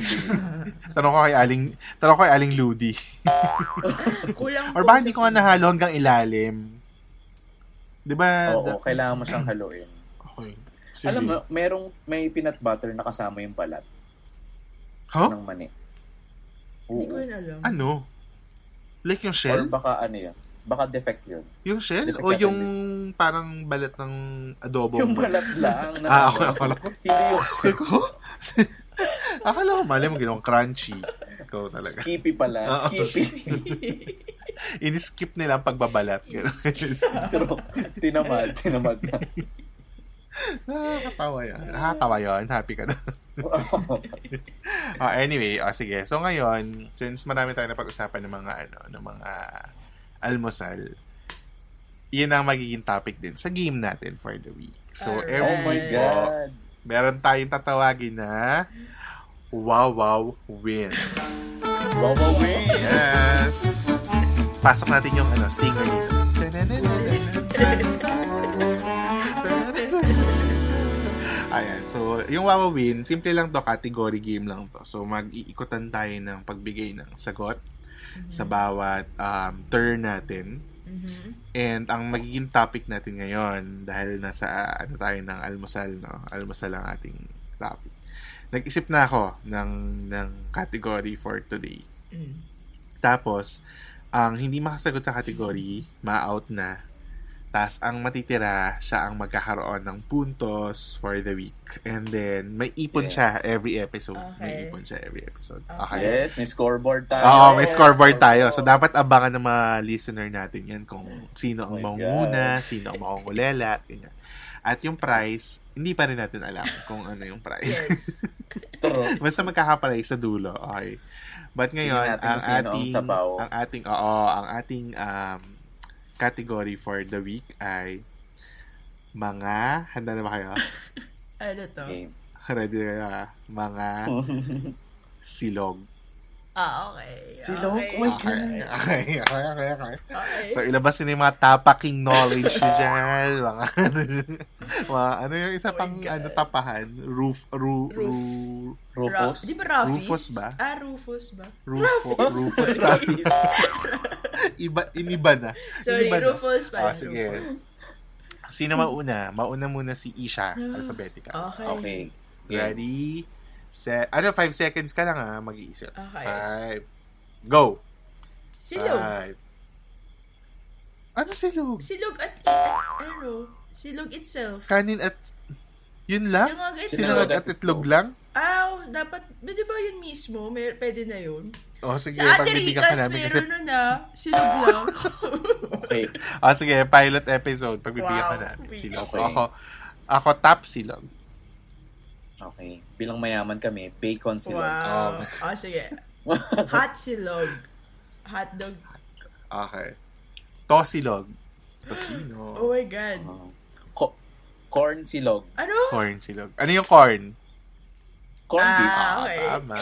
Speaker 1: tanong ko kay Aling, tanong ko kay Aling Ludi.
Speaker 2: Kulang
Speaker 1: Or
Speaker 2: po
Speaker 1: baka
Speaker 2: sa
Speaker 1: hindi ko nga nahalo hanggang ilalim. Di ba?
Speaker 3: Oo, kailangan mo siyang haluin.
Speaker 1: Okay. Ah, Sige.
Speaker 3: Alam mo, merong may peanut butter na kasama yung balat
Speaker 1: Huh?
Speaker 3: ng mani.
Speaker 2: Hindi ko
Speaker 3: Oo.
Speaker 2: yun alam.
Speaker 1: Ano? Like yung
Speaker 3: Or
Speaker 1: shell?
Speaker 3: baka ano yun. Baka defect yun.
Speaker 1: Yung shell?
Speaker 3: Delikado
Speaker 1: O yung parang balat ng adobo?
Speaker 3: Yung
Speaker 1: mo?
Speaker 3: balat lang. Na
Speaker 1: Ah, ako- akala ko.
Speaker 3: Hindi yung
Speaker 1: Sabi ko, Akala ko mali mo ginawang crunchy. Ikaw talaga.
Speaker 3: skippy pala.
Speaker 1: Ah, okay.
Speaker 3: Skippy.
Speaker 1: In-skip nila ang pagbabalat. Ganun.
Speaker 3: Pero, tinamad. Tinamad na.
Speaker 1: Nakakatawa yan. Nakakatawa yun. Happy ka na. Ah, anyway, ah, sige. So ngayon, since marami tayong napag-usapan ng mga ano, ng mga almusal, iyan ang magiging topic din sa game natin for the week. So,
Speaker 2: Alright.
Speaker 1: every
Speaker 3: oh my
Speaker 1: week po,
Speaker 3: God.
Speaker 1: meron tayong tatawagin na Wow Wow Win.
Speaker 3: Wow, wow, wow.
Speaker 1: Yes! Pasok natin yung ano, stinger dito. Ayan, so yung Wawa Win, simple lang to, category game lang to. So mag-iikutan tayo ng pagbigay ng sagot sa bawat um, turn natin.
Speaker 2: Mhm.
Speaker 1: And ang magiging topic natin ngayon, dahil nasa ah, ano tayo ng almusal, no? Almusal ang ating topic. Nag-isip na ako ng, ng category for today.
Speaker 2: Mm.
Speaker 1: Tapos, ang hindi makasagot sa category, ma-out na. Tapos, ang matitira, siya ang magkakaroon ng puntos for the week. And then, may ipon
Speaker 3: Yes.
Speaker 1: siya every episode. May
Speaker 2: Okay.
Speaker 1: ipon siya every episode.
Speaker 2: Okay.
Speaker 1: Okay.
Speaker 3: Yes, may scoreboard tayo.
Speaker 1: Oo, may scoreboard tayo.
Speaker 3: Scoreboard.
Speaker 1: So, dapat abangan ng mga listener natin yan kung sino ang
Speaker 3: Oh my
Speaker 1: manguna, sino ang makungulela, at ganyan. At yung price, hindi pa rin natin alam kung ano yung price.
Speaker 2: Yes.
Speaker 3: True.
Speaker 1: Basta magkakaparay sa dulo. Okay. But ngayon,
Speaker 3: Tingnan natin
Speaker 1: ang
Speaker 3: kung sino ang
Speaker 1: ating, ang,
Speaker 3: sabaw.
Speaker 1: ating, oo, ang ating um, category for the week ay mga, handa na ba kayo?
Speaker 2: Ano to?
Speaker 3: Game.
Speaker 1: Ready na kayo, ah? Mga silog.
Speaker 2: Ah, okay.
Speaker 3: Silog?
Speaker 1: Oh Okay,
Speaker 2: Okay.
Speaker 3: Uy.
Speaker 1: okay, okay, okay, okay.
Speaker 2: Okay.
Speaker 1: So, ilabas nyo na yung mga tapaking knowledge nyo dyan. Mga, ano mga, ano yung isa
Speaker 2: Oh my
Speaker 1: pang,
Speaker 2: God.
Speaker 1: ano, tapahan? Roof, roof,
Speaker 2: Roof.
Speaker 1: roof,
Speaker 2: Ra-
Speaker 3: Rufus.
Speaker 2: Di ba Rufus?
Speaker 1: Rufus ba?
Speaker 2: Ah, Rufus ba?
Speaker 1: roof, Rufus.
Speaker 3: Rufus.
Speaker 1: Iba, iniba na.
Speaker 2: Sorry,
Speaker 1: Iniba na.
Speaker 2: Rufus pa.
Speaker 1: Ah, sige. Sino mauna? Mauna muna si Isha.
Speaker 2: Ah.
Speaker 1: Alphabetical.
Speaker 2: Okay.
Speaker 3: Okay. Game.
Speaker 1: Ready? Se ano, five seconds ka lang ha. Mag-iisip.
Speaker 2: Okay.
Speaker 1: Five. Go.
Speaker 2: Silog.
Speaker 1: Five. Ano silog?
Speaker 2: Silog at, at ano? Silog itself.
Speaker 1: Kanin at... Yun lang?
Speaker 2: Silog at
Speaker 1: Sinangag
Speaker 3: Sinangag
Speaker 1: at
Speaker 3: at
Speaker 1: itlog
Speaker 3: itlog.
Speaker 1: lang?
Speaker 2: Ah, dapat, di ba yun mismo? May, pwede na yun.
Speaker 1: O, Oh, sige.
Speaker 2: Sa Ate
Speaker 1: pagbibigyan ka
Speaker 2: Ricas,
Speaker 1: namin kasi...
Speaker 2: meron nun ah. Silog lang.
Speaker 3: Okay.
Speaker 1: O, Ah, sige. Pilot episode. Pagbibigyan ka
Speaker 2: Wow.
Speaker 1: namin. Silog.
Speaker 3: Okay.
Speaker 1: Ako, ako top silog.
Speaker 3: Okay. Bilang mayaman kami, bacon sila.
Speaker 2: wow. Ah, sige. Hot silog. Hot dog.
Speaker 1: Okay. Tosilog. Tosino.
Speaker 2: Oh my God.
Speaker 3: Co- corn silog.
Speaker 2: Ano?
Speaker 1: Corn silog. Ano yung corn?
Speaker 3: Corn beef.
Speaker 2: Ah, okay.
Speaker 1: Tama.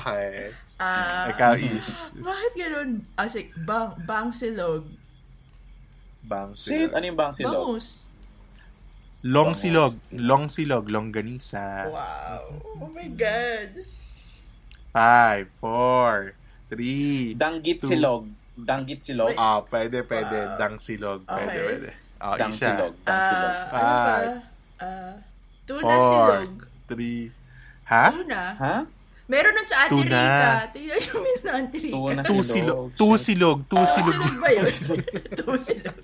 Speaker 1: Okay.
Speaker 2: Ah,
Speaker 1: Ikaw, Ish.
Speaker 2: bakit ganun? Ah, sige, bang, bang silog.
Speaker 5: Bang
Speaker 3: Shit, ano yung bang silog?
Speaker 2: Bangus.
Speaker 1: Long silog. Long silog. Longganisa.
Speaker 2: Wow. Oh my God.
Speaker 1: Five, four, three.
Speaker 3: Danggit
Speaker 1: Two.
Speaker 3: silog. Danggit silog.
Speaker 2: Wait.
Speaker 1: Ah, pwede, pwede. Dang silog. Pwede,
Speaker 2: Okay.
Speaker 1: pwede. Ah,
Speaker 3: Dang
Speaker 1: isa.
Speaker 3: silog. Dang silog.
Speaker 2: Ah, ano ba?
Speaker 1: Five.
Speaker 2: Ah, tuna
Speaker 1: Four,
Speaker 2: silog.
Speaker 1: three. Ha?
Speaker 2: Tuna.
Speaker 3: Ha?
Speaker 2: Meron nun sa Ate
Speaker 1: Tuna.
Speaker 2: Rica. Tingnan yung minun na Ate Rica.
Speaker 3: Tuna
Speaker 1: Two silog. Two
Speaker 3: Shit.
Speaker 1: silog. Two silog.
Speaker 2: Tusilog ba yun? Tusilog.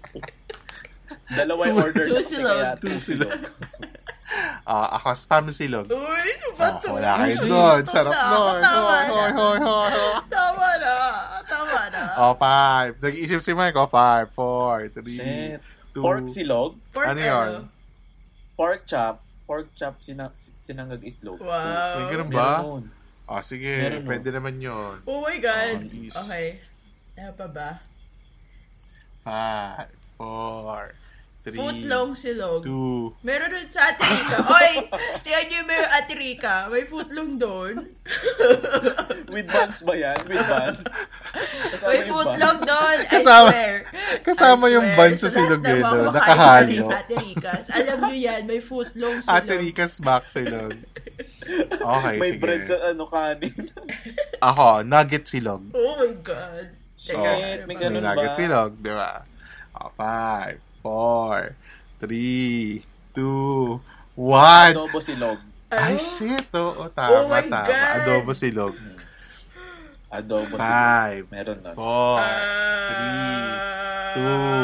Speaker 3: Dalawa yung order
Speaker 2: Two
Speaker 3: ko kasi
Speaker 2: silog.
Speaker 3: kaya
Speaker 1: Two
Speaker 3: two silog.
Speaker 1: Ah, ako, spam silog.
Speaker 2: Uy, ano ba
Speaker 1: Ah,
Speaker 2: to?
Speaker 1: wala kayo
Speaker 2: Shit.
Speaker 1: doon. Sarap
Speaker 2: Tama,
Speaker 1: nun.
Speaker 2: Tama
Speaker 1: Hoy, hoy, hoy,
Speaker 2: na.
Speaker 1: hoy, hoy.
Speaker 2: Tama na. Tama na.
Speaker 1: Oh, five. Nag-iisip si Mike. Oh, five, four, three,
Speaker 3: Shit.
Speaker 1: two.
Speaker 3: Pork silog.
Speaker 2: Pork
Speaker 1: Ano yun?
Speaker 3: Pork chop. Pork chop sina- sinangag itlog.
Speaker 2: Wow.
Speaker 1: May ganun ba?
Speaker 3: Meron.
Speaker 1: Oh, sige.
Speaker 3: Meron, no?
Speaker 1: pwede naman yun.
Speaker 2: Oh my God.
Speaker 1: Oh, is-
Speaker 2: Okay. Ano pa ba?
Speaker 1: Five, four, three,
Speaker 2: Footlong silog.
Speaker 1: two.
Speaker 2: Meron nun sa Ate Rica. Oy! Tingnan niyo yung Ate Rica. May footlong doon.
Speaker 3: With buns ba yan? With buns? Kasama
Speaker 2: May
Speaker 3: yung
Speaker 2: footlong
Speaker 3: buns?
Speaker 2: doon. I
Speaker 1: Kasama-
Speaker 2: swear.
Speaker 1: Kasama
Speaker 2: I
Speaker 1: yung
Speaker 2: swear,
Speaker 1: ban sa
Speaker 2: lahat
Speaker 1: silog
Speaker 2: ng mga
Speaker 1: nito.
Speaker 2: kumakain
Speaker 1: Nakahalo.
Speaker 2: sa Ate Ricas. Alam niyo yan. May footlong silog.
Speaker 1: Ate Rica's back Ah, silog. Okay,
Speaker 3: May
Speaker 1: sige.
Speaker 3: bread sa ano kanin.
Speaker 1: Ako, nugget silog.
Speaker 2: Oh my God.
Speaker 3: Shit, may
Speaker 1: May
Speaker 3: ganun
Speaker 1: nugget
Speaker 3: ba?
Speaker 1: silog, di ba? Oh, five, four, three, two, one.
Speaker 3: Adobo silog.
Speaker 1: Ay,
Speaker 2: Oh.
Speaker 1: shit. Oo,
Speaker 2: Oh
Speaker 1: tama,
Speaker 2: my
Speaker 1: tama.
Speaker 2: God.
Speaker 1: Adobo silog.
Speaker 3: Adobo
Speaker 1: Five.
Speaker 3: silog. Meron nun.
Speaker 1: Four, three,
Speaker 2: Ah,
Speaker 1: two,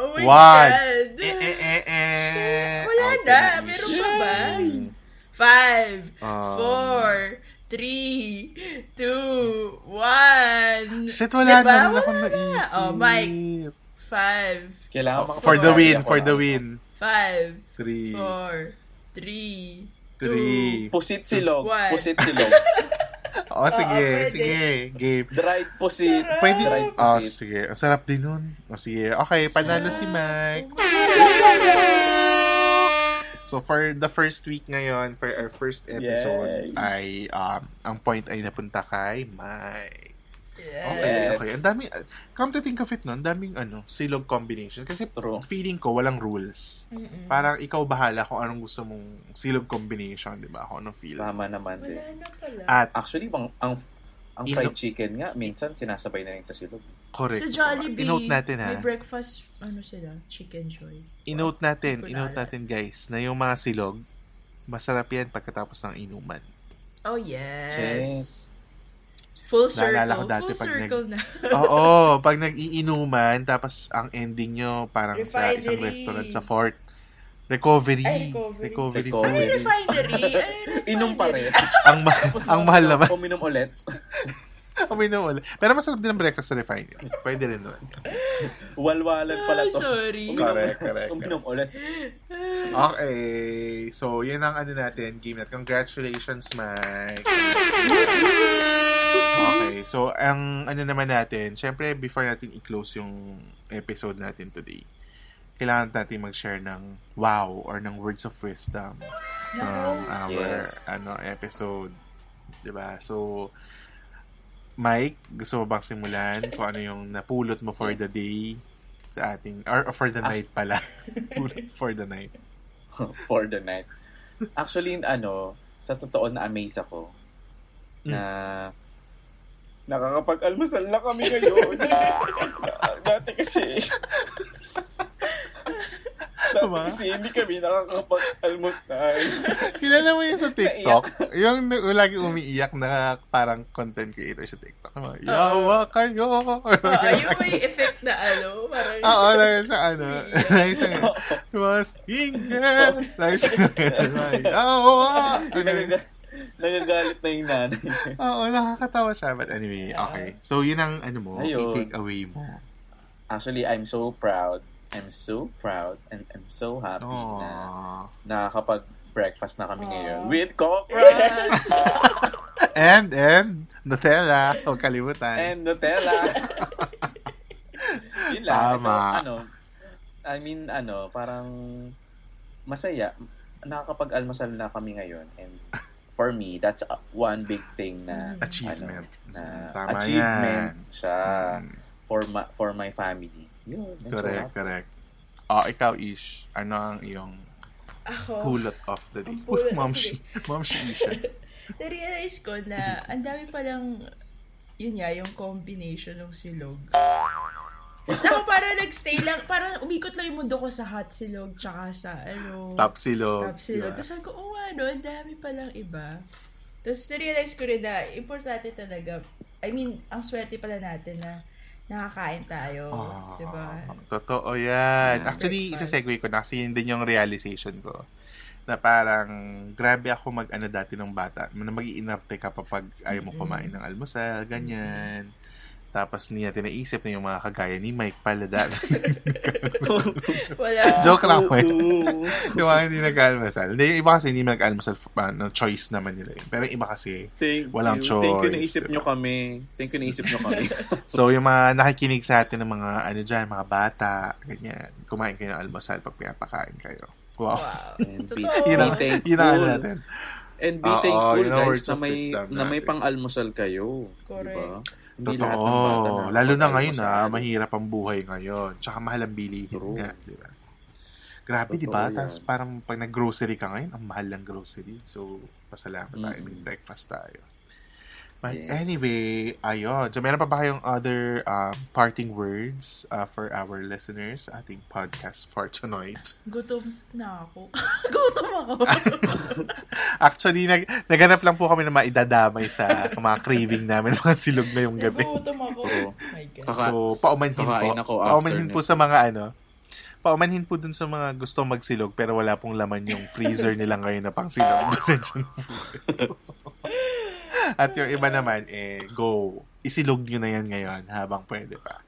Speaker 2: oh my
Speaker 1: one.
Speaker 2: God.
Speaker 1: Eh, eh, eh, eh.
Speaker 2: Wala
Speaker 1: Okay,
Speaker 2: na. Meron pa ba? Five,
Speaker 1: Um,
Speaker 2: four, three, two, one.
Speaker 1: Shit, wala
Speaker 2: Diba?
Speaker 1: na rin ako
Speaker 2: Wala na.
Speaker 1: naisip.
Speaker 2: Oh, Mike. Five,
Speaker 3: Kailangan
Speaker 1: Oh,
Speaker 3: makapagsali
Speaker 1: For the win,
Speaker 3: ako
Speaker 1: for
Speaker 3: ng-
Speaker 1: the win.
Speaker 2: five,
Speaker 1: Three,
Speaker 2: four, three,
Speaker 1: three.
Speaker 3: Pusit silog.
Speaker 2: Why?
Speaker 3: Pusit silog.
Speaker 1: Oh, sige,
Speaker 2: pwede.
Speaker 1: sige. Game.
Speaker 3: Dried pusit.
Speaker 1: Pwede.
Speaker 3: Dried
Speaker 1: Oh,
Speaker 3: pusit.
Speaker 1: sige. Ang sarap din nun. Oh, sige. Okay, panalo si Mike. So, for the first week ngayon, for our first episode,
Speaker 3: Yay.
Speaker 1: ay, um, ang point ay napunta kay Mike. Okay,
Speaker 3: Yes.
Speaker 1: okay. Ang daming, come to think of it nun, ang daming, ano, silog combination. Kasi,
Speaker 3: True.
Speaker 1: feeling ko, walang rules. Parang ikaw bahala kung anong gusto mong silog combination, di ba? Kung anong feel.
Speaker 3: Tama naman
Speaker 2: Wala
Speaker 3: din.
Speaker 2: na pala.
Speaker 1: At,
Speaker 3: Actually, ang, ang, ang
Speaker 1: Ino-
Speaker 3: fried chicken nga, minsan sinasabay na rin sa silog.
Speaker 1: correct.
Speaker 2: Sa Jollibee,
Speaker 1: Inote natin, ah. ha?
Speaker 2: may breakfast, ano sila, chicken joy.
Speaker 1: Inote natin,
Speaker 2: Hindi ko
Speaker 1: inote
Speaker 2: naalala.
Speaker 1: natin guys, na yung mga silog, masarap yan pagkatapos ng inuman.
Speaker 2: Oh, yes.
Speaker 3: Yes.
Speaker 2: Full circle.
Speaker 1: Naalala ko dati
Speaker 2: Full
Speaker 1: pag nag-
Speaker 2: circle na.
Speaker 1: Oo, pag nag-iinuman, tapos ang ending nyo parang sa isang
Speaker 2: Refinery.
Speaker 1: restaurant sa fort. Recovery.
Speaker 2: Ay, recovery.
Speaker 1: Recovery.
Speaker 3: Recovery.
Speaker 2: Ano yung refinery? Ano yung refinery?
Speaker 3: Inom pa rin.
Speaker 1: ang, ma- ang mahal naman.
Speaker 3: Uminom ulit.
Speaker 1: Uminom ulit. Pero masarap din ang breakfast sa refinery. Pwede rin naman.
Speaker 3: Walwalan pala
Speaker 2: Ay,
Speaker 3: to.
Speaker 2: sorry.
Speaker 3: Uminom
Speaker 1: Correct,
Speaker 3: ulit.
Speaker 1: correct,
Speaker 3: Uminom ulit.
Speaker 1: Okay. So, yan ang ano natin, game natin. Congratulations, Mike. Okay. So, ang ano naman natin, syempre, before natin i-close yung episode natin today, kailangan natin mag-share ng wow or ng words of wisdom from our
Speaker 3: Yes.
Speaker 1: ano episode. 'Di ba So, Mike, gusto mo bang simulan kung ano yung napulot mo for
Speaker 3: Yes.
Speaker 1: the day sa ating, or for the
Speaker 3: As-
Speaker 1: night pala. Pulot for the night.
Speaker 3: for the night. Actually, ano, sa totoo na amaze ako
Speaker 1: Hmm.
Speaker 3: na nakakapag-almusal na kami ngayon. Dati kasi, dati
Speaker 1: Tama.
Speaker 3: kasi hindi kami nakakapag-almusal.
Speaker 1: Kilala mo yun sa TikTok? yung na- lagi umiiyak na parang content creator sa TikTok. Ano, Yawa kayo! Ah,
Speaker 2: Oo, Oh, ayun may effect na ano. Parang,
Speaker 1: Oo, lagi siya ano. Lagi siya Mas hinga! Lagi siya Yawa! Ganun.
Speaker 3: Nagaga- Nagagalit na yung nanay.
Speaker 1: Oo, nakakatawa siya. But anyway, okay. So, yun ang ano mo,
Speaker 3: Ayun.
Speaker 1: i-take away mo.
Speaker 3: Actually, I'm so proud. I'm so proud and I'm so happy na
Speaker 1: Aww.
Speaker 3: nakakapag-breakfast na kami ngayon with cockroach
Speaker 1: And, and, Nutella. Huwag kalimutan.
Speaker 3: and Nutella. Yun lang.
Speaker 1: Tama.
Speaker 3: So, ano, I mean, ano, parang masaya. Nakakapag-almasal na kami ngayon. And for me, that's uh, one big thing na
Speaker 1: Achievement.
Speaker 3: ano, na
Speaker 1: Tama
Speaker 3: achievement
Speaker 1: yan.
Speaker 3: siya
Speaker 1: Mm.
Speaker 3: for my, for my family. Yun, I'm so
Speaker 1: Correct,
Speaker 3: happy.
Speaker 1: correct. Oh, ikaw, Ish. Ano ang iyong
Speaker 2: Ako,
Speaker 1: hulot of the day?
Speaker 2: Ang
Speaker 1: Uy,
Speaker 2: hulot
Speaker 1: ma'am
Speaker 2: of
Speaker 1: si,
Speaker 2: the
Speaker 1: ma'am si Isha.
Speaker 2: na-realize ko na ang dami palang, yun nga, yung combination ng silog. Basta ako parang nagstay lang, parang umikot lang yung mundo ko sa hot silog, tsaka sa, ano,
Speaker 1: Top silog.
Speaker 2: Top
Speaker 1: diba?
Speaker 2: silog. Tapos sabi ko, oh ano, ang dami palang iba. Tapos narealize ko rin na importante talaga. I mean, ang swerte pala natin na nakakain tayo.
Speaker 1: Ah,
Speaker 2: diba?
Speaker 1: Totoo yan.
Speaker 2: Yeah,
Speaker 1: Actually,
Speaker 2: breakfast.
Speaker 1: isa-segue ko na kasi yun din yung realization ko. Na parang, grabe ako mag-ano dati nung bata. Na mag iinarte ka pa pag ayaw mo kumain ng almusal, ganyan. Tapos hindi natin naisip na yung mga kagaya ni Mike pala dati.
Speaker 2: Wala.
Speaker 1: Joke lang po yun.
Speaker 3: Oo.
Speaker 1: yung mga hindi nag-almusal. Hindi, yung iba kasi hindi mag-almusal. Ano, choice naman nila yun. Pero yung iba kasi,
Speaker 3: Thank
Speaker 1: Walang
Speaker 3: you. Thank you
Speaker 1: choice,
Speaker 3: naisip
Speaker 1: diba?
Speaker 3: nyo kami. Thank you naisip nyo kami.
Speaker 1: So, yung mga nakikinig sa atin ng mga, ano dyan, mga bata, ganyan. Kumain kayo ng almusal pag pinapakain kayo. Wow.
Speaker 2: Wow.
Speaker 3: And be,
Speaker 2: Totoo.
Speaker 1: Yun
Speaker 3: be
Speaker 1: ang,
Speaker 3: thankful.
Speaker 1: yun ang ano natin.
Speaker 3: And be
Speaker 1: Oo,
Speaker 3: thankful
Speaker 1: yun ang
Speaker 3: guys
Speaker 1: words
Speaker 3: na
Speaker 1: of
Speaker 3: may,
Speaker 1: wisdom
Speaker 3: na may
Speaker 1: natin.
Speaker 3: pang-almusal kayo.
Speaker 2: Correct.
Speaker 3: Diba? Hindi lahat ng bata
Speaker 1: Totoo. Lalo na ngayon ah, na
Speaker 3: nakakapag-almusal.
Speaker 1: mahirap ang buhay ngayon. Tsaka mahal ang bilihin
Speaker 3: True.
Speaker 1: nga, di ba? Grabe, di
Speaker 3: Totoo
Speaker 1: ba?
Speaker 3: yan.
Speaker 1: Tapos parang pag nag-grocery ka ngayon, ang mahal ng grocery. So, pasalamat tayo.
Speaker 3: Mm.
Speaker 1: May breakfast tayo. But
Speaker 3: Yes.
Speaker 1: anyway, ayun. So, meron pa ba kayong other um, parting words uh, for our listeners sa ating podcast for tonight?
Speaker 2: Gutom na ako. Gutom ako.
Speaker 1: Actually, nag naganap lang po kami ng mga idadamay sa mga craving namin, mga silog na yung gabi.
Speaker 2: Gutom ako.
Speaker 3: True.
Speaker 2: Oh my God.
Speaker 3: Kaka-
Speaker 1: so, paumanhin
Speaker 3: kakain
Speaker 1: po.
Speaker 3: ako after
Speaker 1: Paumanhin po
Speaker 3: nito.
Speaker 1: sa mga ano. Paumanhin po dun sa mga gusto magsilog pero wala pong laman yung freezer nila ngayon na pang silog. Pasensya na po. At yung iba naman, eh, go. Isilog nyo na yan ngayon habang pwede pa.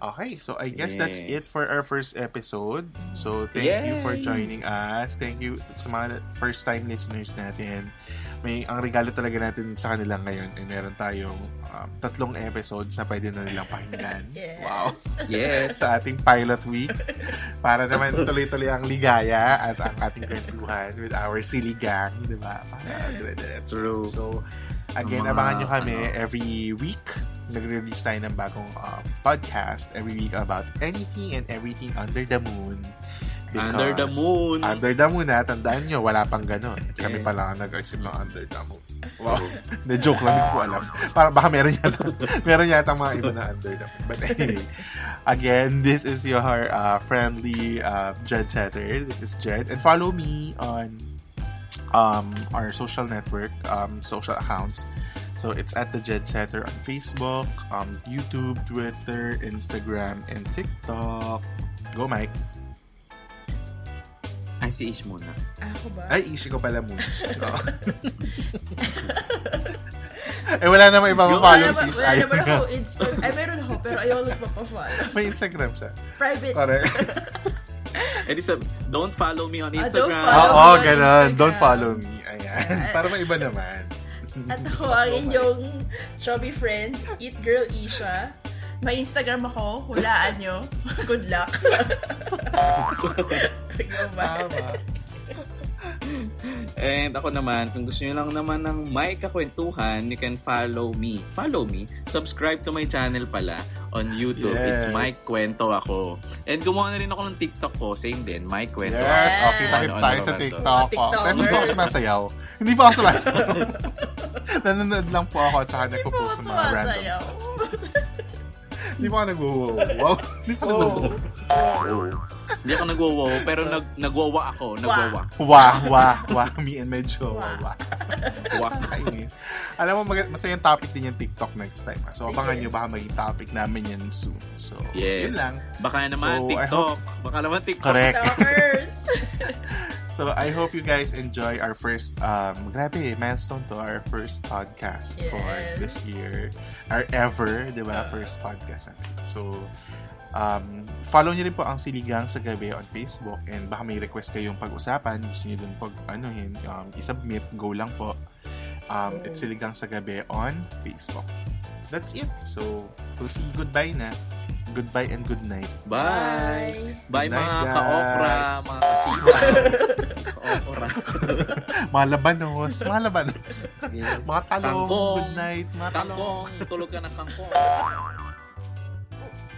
Speaker 1: Okay, so I guess that's it
Speaker 3: Yes.
Speaker 1: for our first episode. So thank you for
Speaker 3: Yay!
Speaker 1: joining us. Thank you sa mga first time listeners natin. May ang regalo talaga natin sa kanila ngayon ay meron tayong um, tatlong episodes na pwede na nilang pakinggan.
Speaker 2: Yes.
Speaker 1: Wow.
Speaker 3: Yes.
Speaker 1: Sa ating pilot week para naman tuloy-tuloy ang ligaya at ang ating kwentuhan with our silly gang, di ba? Para dire-diretso.
Speaker 3: True.
Speaker 1: So, again,
Speaker 3: Mga,
Speaker 1: abangan nyo kami
Speaker 3: ano.
Speaker 1: every week. Nag-release tayo ng bagong um, podcast every week about anything and everything under the moon.
Speaker 3: Under the moon.
Speaker 1: Under the moon, ha? Tandaan nyo, wala pang ganun. Kami
Speaker 3: Yes.
Speaker 1: pa lang ang nag-isip ng under the moon. Wow. Na-joke lang, hindi ko alam. Para baka meron yata, meron yata mga iba na under the moon. But anyway, again, this is your uh, friendly uh, Jed Setter. This is Jed. And follow me on um, our social network, um, social accounts. So it's at the Jed Setter on Facebook, um, YouTube, Twitter, Instagram, and TikTok. Go, Mike.
Speaker 3: Ay, si Ish muna.
Speaker 2: Ako ba?
Speaker 1: Ay, isi ko pala muna. Oo. eh, wala na may ibang
Speaker 2: wala
Speaker 1: follow
Speaker 2: naman,
Speaker 1: si Ish.
Speaker 2: wala
Speaker 1: Ayaw
Speaker 2: naman
Speaker 1: na.
Speaker 2: ako Instagram. Ay, meron ako, pero ayaw lang magpa-follow.
Speaker 1: May Instagram siya.
Speaker 2: Private.
Speaker 1: Correct.
Speaker 3: Eh, di sab- don't follow me on
Speaker 2: Ah, don't
Speaker 3: Instagram.
Speaker 1: Oo,
Speaker 2: follow.
Speaker 1: oh,
Speaker 2: me on
Speaker 1: ganun. Don't
Speaker 2: Instagram.
Speaker 1: follow me. Ayan. Para may iba naman.
Speaker 2: At ako ang inyong chubby friend, Eat Girl Isha. May Instagram ako, hulaan nyo. Good luck. Ikaw ba?
Speaker 1: Tama.
Speaker 3: And ako naman, kung gusto nyo lang naman ng may kakwentuhan, you can follow me. Follow me. Subscribe to my channel pala on YouTube.
Speaker 1: Yes.
Speaker 3: It's Mike Kwento ako. And gumawa na rin ako ng TikTok ko. Same din, Mike Kwento
Speaker 1: Yes,
Speaker 2: Yes.
Speaker 1: okay, nakita
Speaker 3: Ano,
Speaker 1: tayo sa
Speaker 3: ano naman to?
Speaker 1: TikTok.
Speaker 2: Mga
Speaker 1: Oh, Pero hindi pa
Speaker 2: TikToker.
Speaker 1: ako sumasayaw. Hindi pa ako sumasayaw. Nanonood lang po ako at saka nagpo-post sa mga random
Speaker 2: sumasayaw.
Speaker 1: stuff. Hindi pa ako nag-wow. Hindi pa ako nag
Speaker 3: Hindi ako nagwawaw, pero nag nagwawa ako. Nagwawa.
Speaker 1: Wah, wah, wah. Me and my Joe. Wah.
Speaker 3: Wah.
Speaker 1: Kainis. Alam mo, mag- masayang topic din yung TikTok next time. ah. So, abangan nyo, baka maging topic namin yan soon. So,
Speaker 3: Yes.
Speaker 1: yun lang.
Speaker 3: Baka
Speaker 1: So,
Speaker 3: naman
Speaker 1: I
Speaker 3: TikTok. Baka naman TikTok.
Speaker 2: Talkers!
Speaker 1: So, I hope you guys enjoy our first, um, grabe, milestone to our first podcast for
Speaker 2: Yes.
Speaker 1: this year. Our ever, di ba? First podcast natin. So, um, follow nyo rin po ang Siligang sa Gabi on Facebook and baka may request kayong pag-usapan. Gusto nyo dun pag, ano, yun, um, isubmit, go lang po. Um, it's Siligang sa Gabi on Facebook. That's it. So, we'll see goodbye na. Goodbye and good night.
Speaker 3: Bye. Bye,
Speaker 1: Good night,
Speaker 3: mga
Speaker 1: guys.
Speaker 3: ka-okra, mga kasiwa. ka-okra.
Speaker 1: Mga labanos, mga labanos.
Speaker 3: Yes.
Speaker 1: Mga talong,
Speaker 3: Kangkong.
Speaker 1: good night. Mga talong.
Speaker 3: Kangkong. Tulog ka ng kangkong.